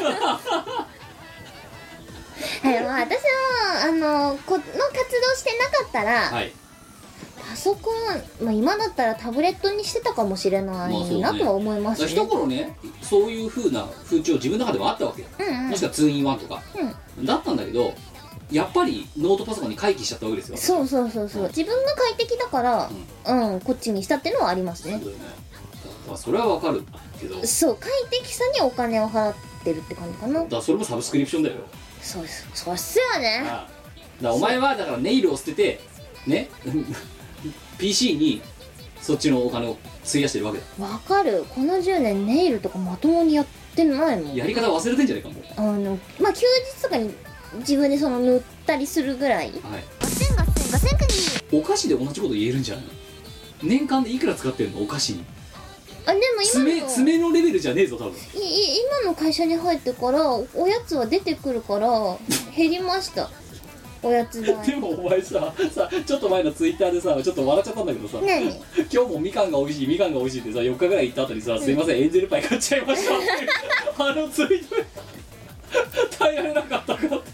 いまあ私はあのこの活動してなかったら、
はい
パソコン、まあ、今だったらタブレットにしてたかもしれない
まあそうね
なとは思います
だ
ね,、
から一頃ねそういう風な風潮自分の中ではあったわけよ、
うんうん
もしくは 2in1 とか、だったんだけどやっぱりノートパソコンに回帰しちゃったわけですよ
そうそうそうそう自分が快適だからうん、こっちにしたってのはあります
そう
ね
だよねまあそれはわかるけどだか
そう快適さにお金を払ってるって感じかな
らそれもサブスクリプションだよ
そうですそうっすよ
ああ
ね
だからお前はだからネイルを捨ててね PC にそっちのお金を費やしてるわけだ
わかるこの10年ネイルとかまともにやってないもん
やり方忘れてんじゃないかも
あのまあ休日とかに自分でその塗ったりするぐらい
はいう
ガッセンガッセンガッセンクニー
お菓子で同じこと言えるんじゃないの年間でいくら使ってるのお菓子に
あでも今の
爪爪のレベルじゃねえぞ多分
いい今の会社に入ってからおやつは出てくるから減りましたおやつ代
でもお前ささちょっと前のツイッターでさちょっと笑っちゃったんだけどさ
何
今日もみかんが美味しいみかんが美味しいってさ4日ぐらい行った後にさ「すいませんエンゼルパイ買っちゃいました」っていう あのツイート耐えられなかったかって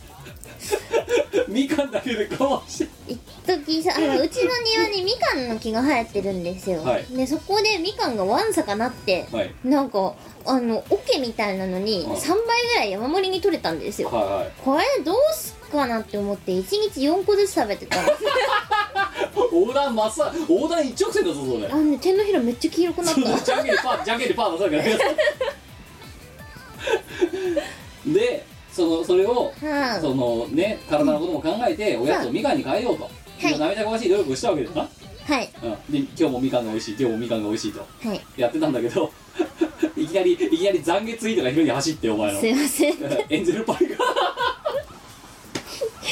みかんだけで我慢して
一時さあのうちの庭にみかんの木が生えてるんですよ、
はい
でそこでみかんがわんさかなって、
はい
なんかあの桶みたいなのに3
はい
倍ぐらい山盛りに取れたんですよ、
は
これどうすっかなって思って1日4個ずつ食べてた の
いはい横断まっさ横断一直線だぞそれ
あのね手のひらめっちゃ黄色くなっ
そう
た
ジャンケンでパージャンケンでパー出さなきゃいけないでそのそれを
はい
そのね体のことも考えておやつをみかんに変えようと
い
涙がましい努力をしたわけだよな、
はい
うん、で今日もみかんが美味しい今日もみかんが美味しいと
はい
やってたんだけど いきなりいきなり懺悔ツイートが昼に走ってお前の
すいません
エンゼルパイが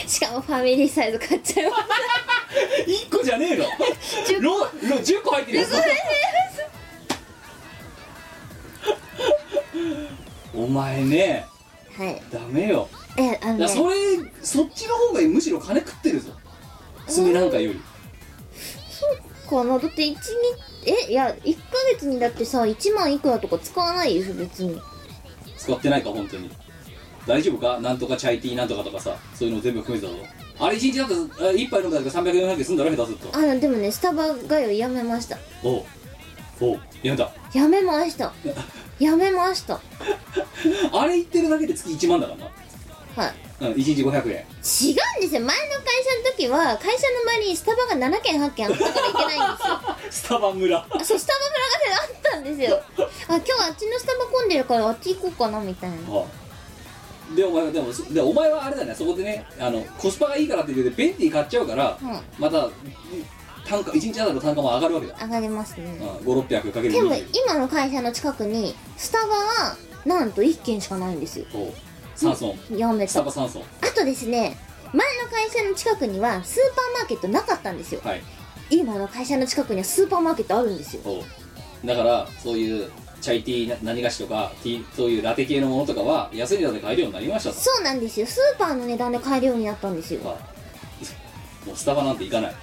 しかもファミリーサイズ買っちゃいました
1個じ ゃねえの
10
ロロ10個入ってるよ お前ね
はい
ダメよ
えあの
い
ね
やそれそっちの方がむしろ金食ってるぞ爪なんかより
かなだって1日えいや1ヶ月にだってさ1万いくらとか使わないでしょ別に
使ってないか本当に大丈夫かなんとかチャイティーなんとかとかさそういうの全部含めてたぞあれ1日だって1杯飲んだら300円で済んだら下手すると
あでもねスタバ通いやめました
おうおうやめた
やめましたやめました
あれ言ってるだけで月1万だから
はい
な、うん、1日
違
500円
うんですよ前の会社の時は会社の周りにスタバが7軒8軒あったからいけないんですよ
スタバ村
あそうスタバ村がねあったんですよあ今日あっちのスタバ混んでるからあっち行こうかなみたいな
はいでお前はでもそでお前はあれだねそこでねあのコスパがいいからって言ってベンティ買っちゃうから、
う
また単価1日あたりの単価も上がるわけだ、
上がりますね
うん、5600かける
でも
20
今の会社の近くにスタバはなんと1軒しかないんですよ
おう三尊
やめ
ス
た
タバ三尊
あとですね前の会社の近くにはスーパーマーケットなかったんですよ
はい
今の会社の近くにはスーパーマーケットあるんですよ
おうだからそういうチャイティーな何菓子とかティーそういうラテ系のものとかは安い値段で買えるようになりましたと
そうなんですよスーパーの値段で買えるようになったんですよ
まあもうスタバなんて行かない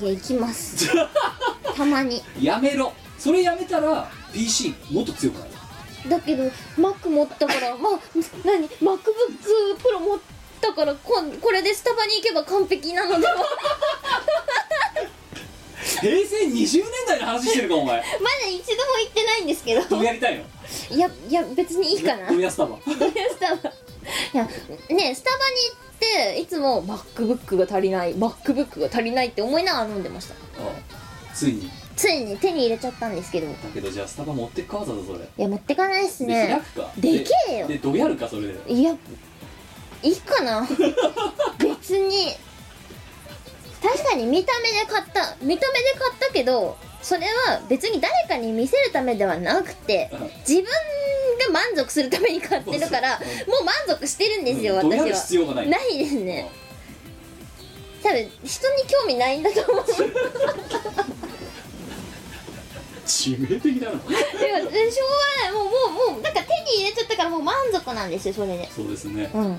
いや行きます たまに
やめろそれやめたら PC もっと強くな る
だけど Mac 持ったから ま何 MacBookPro 持ったからこんこれでスタバに行けば完璧なのでは ま
平成20年代の話してるかお前
だ一度も行ってないんですけど
どうやりたいの
いやいや別にい いかな
どうやスタバ
スタバいやねスタバに行っていつも MacBook が足りない MacBook が足りないって思いながら飲んでました
ついに
ついに手に入れちゃったんですけどい
だけどじゃあスタバ持ってくかわざわざそれ
や持ってかないっす
で開
ね
くか
でけえよ
ででどうやるかそれで
いやいいか な別に確かに見た目で買った見た目で買ったけどそれは別に誰かに見せるためではなくて
うん
自分が満足するために買ってるから
そうそう
もう満足してるんですよ、
うんどうやる必
私
要がな
はいないですね多分人に興味ないんだと 思うでも
致命的だな
でしょうがないもうもうもうなんか手に入れちゃったからもう満足なんですよそれで
そうですね
うん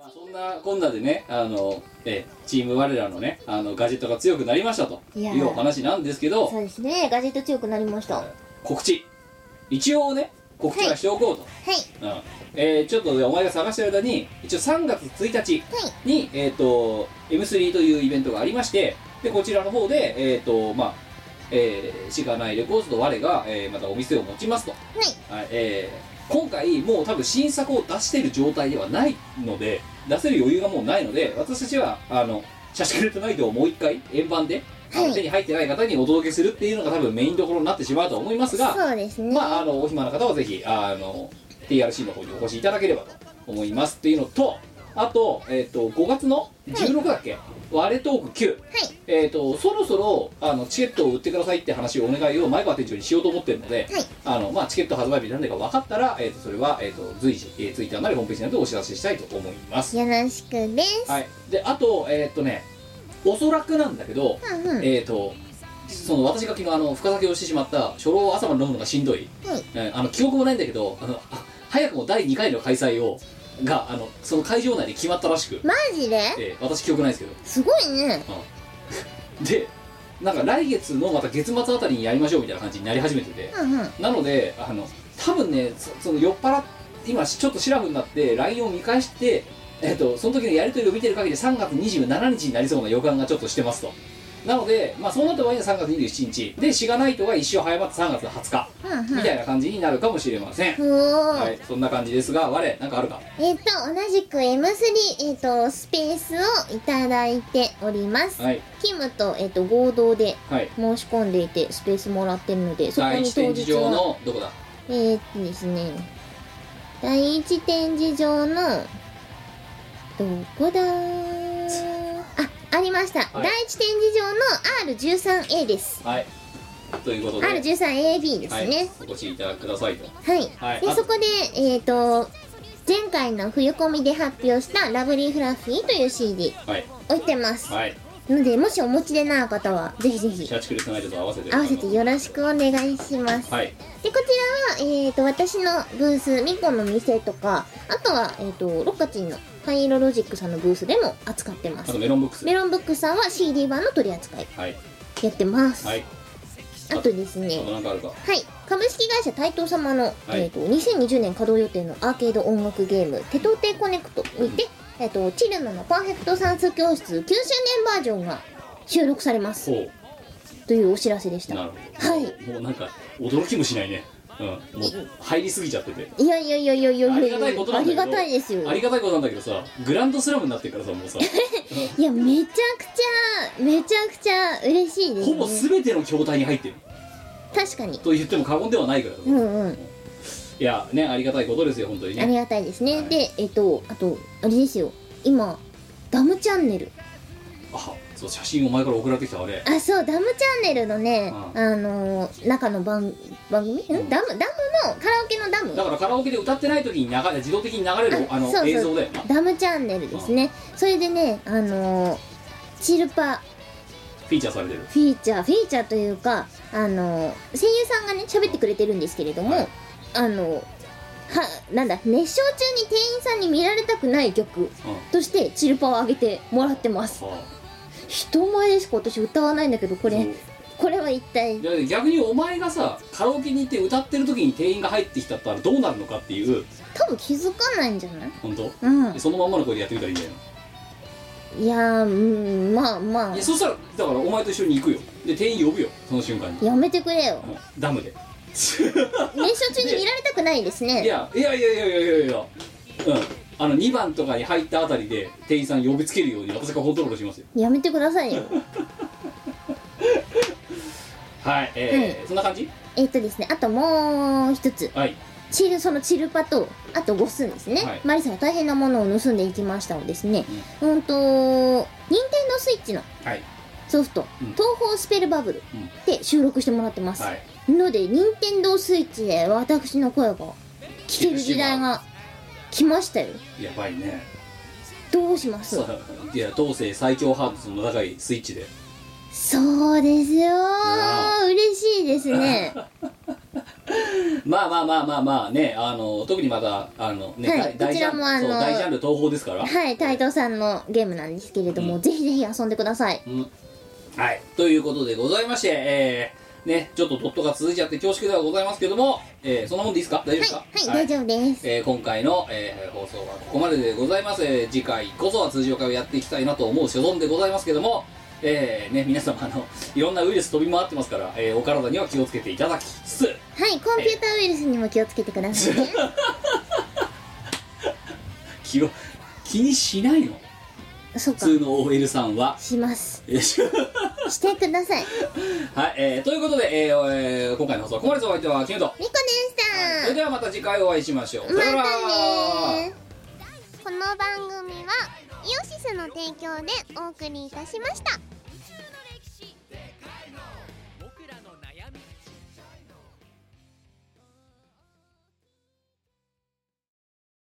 まあそんなこんなでねあの、ええチーム我らのねあのガジェットが強くなりましたと
いや
いうお話なんですけど
そうですねガジェット強くなりましたは
告知一応ね告知はしておこうと、
い
うんえーちょっとねお前が探してる間に一応3月1日に、えっ、と M3 というイベントがありましてでこちらの方でえっ、とまあえー、しがないレコーズと我が、えーまたお店を持ちますと、はいえー今回もう多分新作を出してる状態ではないので出せる余裕がもうないので私たちはあの「写真くれとナイト」をもう一回円盤で、あの
はい
手に入ってない方にお届けするっていうのが多分メインどころになってしまうと思いますが
そうですね、
まあ、あのお暇な方はぜひあの TRC の方にお越しいただければと思いますっていうのとあと,、えー、と5月の16だっけ、割れトーク9、えー、とそろそろあのチケットを売ってくださいって話をお願いを前川店長にしようと思ってるので、あのまあ、チケット発売日なんでか分かったら、えー、とそれは、えー、と随時、えー、Twitter なりホームページなどでお知らせしたいと思います、
よろしくです
はい、であとえっ、とねおそらくなんだけど、
うんうん
えー、とその私が昨日あの深酒をしてしまった初老を朝まで飲むのがしんどい、えーあの記憶もないんだけどあのあ早くも第2回の開催をがあのその会場内で決まったらしく、
マジです
えー私記憶ないですけど
すごいね
でなんか来月のまた月末あたりにやりましょうみたいな感じになり始めてて、
うんうん
なのであの多分ねそその酔っ払っ今ちょっとシラフになって LINE を見返して、えっと、その時のやり取りを見てる限り3月27日になりそうな予感がちょっとしてますとなので、まあ、そうなった場合には3月27日でシガナイトが一生早まって3月20日
うん
みたいな感じになるかもしれません、
おー
はい、そんな感じですが我なんかあるか
えっ、と同じく M3 えっ、とスペースをいただいております
はい
キムと,、えっと合同で
はい
申し込んでいてスペースもらってるのでそこ
第
に
一
当
展示
日
場
は
のどこだ
えーっとですね第一展示場のどこだーあありました、
はい
第一展示場の R13A です
はいということで、はい、
R13AB ですね
お越しいただくださいと
はい
はい
で
あ
そこでえっ、と前回の冬コミで発表した「ラブリーフラッフィー」という CD
はい
置いてます
はい
のでもしお持ちでない方はぜひぜひ
社畜ですナイトと合わせて
合わせてよろしくお願いします
はい
でこちらは、えー、と私のブースミコの店とかあとは、えー、とロッカチンの灰色ロジックさんのブースでも扱ってま
あ
す
とメロンブックス
メロンブックさんは CD 版の取り扱い
はい
やってます、
はい
あとですね
あとなんかあるか
はい株式会社台東様の、
はい
えー、と2020年稼働予定のアーケード音楽ゲーム「テトテコネクト」にて、えー、とチルノのパーフェクト算数教室9周年バージョンが収録されます
ほ
というお知らせでし
うなる
たは
ほど
い
もうなんか驚きもしないねうんもう入りすぎちゃってて
いやいやいやいやいや
あ
い
り
や
がたいこと
あ
なんだ
り
けど
がたいですよ
ありがたいことなんだけどさグランドスラムになってるから さもうさ
いやめちゃくちゃめちゃくちゃ嬉しいです
ほ
ね
ぼ全ての筐体に入ってる
確かに
と言っても過言ではないから
う
い
んうん
やねありがたいことですよ本当に
あ
ね
りがたいですね、
はい
でえっ、とあとあれですよ今ダムチャンネル
あそう写真を前から送られてきたあれ
あそうダムチャンネルのね、
うん
あのー中の番番組、ん
うん
ダムダムのカラオケのダム
だからカラオケで歌ってない時に流れ自動的に流れる
あ
あの
そうそう
映像だよな
ダムチャンネルですね、それでねあのーチルパ
フィーチャーされてる
フィーチャーフィーチャーというかあのー声優さんがね喋ってくれてるんですけれども、
はい
あのーはなんだ熱唱中に店員さんに見られたくない曲
うん
としてチルパを上げてもらってます
は
人前でしか私歌わないんだけどこ
あ
れこれは一体
そうで逆にお前がさカラオケに行って歌ってる時に店員が入ってきたったらどうなるのかっていう
多分気づかないんじゃない
本当
うん
でそのまんまの声でやってみたらいいんだよ
いやーうんまあま
いやそしたらだからお前と一緒に行くよで店員呼ぶよその瞬間に
あやめてくれ よ
うんダム で
練習中に見られたくないです
い
ね
やいやいやいやいやいやいやうんあの2番とかに入ったあたりで店員さん呼びつけるように私がコントロールしますよ
やめてください よ
はいえーそんな感じ
えっとですねあともう一つ
はい
チルそのチルパとあとゴスンですね、
はい
マリさんが大変なものを盗んでいきましたのですねうんと任天堂スイッチの
はい
ソフト、
うん
東宝スペルバブル
うん
で収録してもらってます、
はい
ので任天堂スイッチで私の声が聞ける時代が来ましたよ
やばいね
どうします
そういや当世最強ハードとの高いスイッチで
そうですよ
わ
ー嬉しいです ね
まあまあまあまあまあねあの特にまたあのね、
はい
大大
こち
ジャ
ら
ン
もあの
そう大ジャンル東宝ですから
はいタイトさんのゲームなんですけれども、
うん
ぜひぜひ遊んでください
うんはいということでございましてえーねちょっとドットが続いちゃって恐縮ではございますけども、えーそんなもんでいいですか大丈夫で
はい
すか
はい、大丈夫です
えー今回の、えー放送はここまででございます、えー次回こそは通常会をやっていきたいなと思う所存でございますけども、えーね、皆様あのいろんなウイルス飛び回ってますから、えーお体には気をつけていただきつつ
はいコンピューターウイルスにも気をつけてくださいね
気を気にしないの
そう
普
か
通の OL さんは。
します
よいしょ
してください
はい、えーということで、えーえー今回の放送はここまでですお相手はキムト
ニコ
それ
でし
ではまた次回お会いしましょう
た
さ
ま
よなら
たねー
この番組はイオシスの提供でお送りいたしました。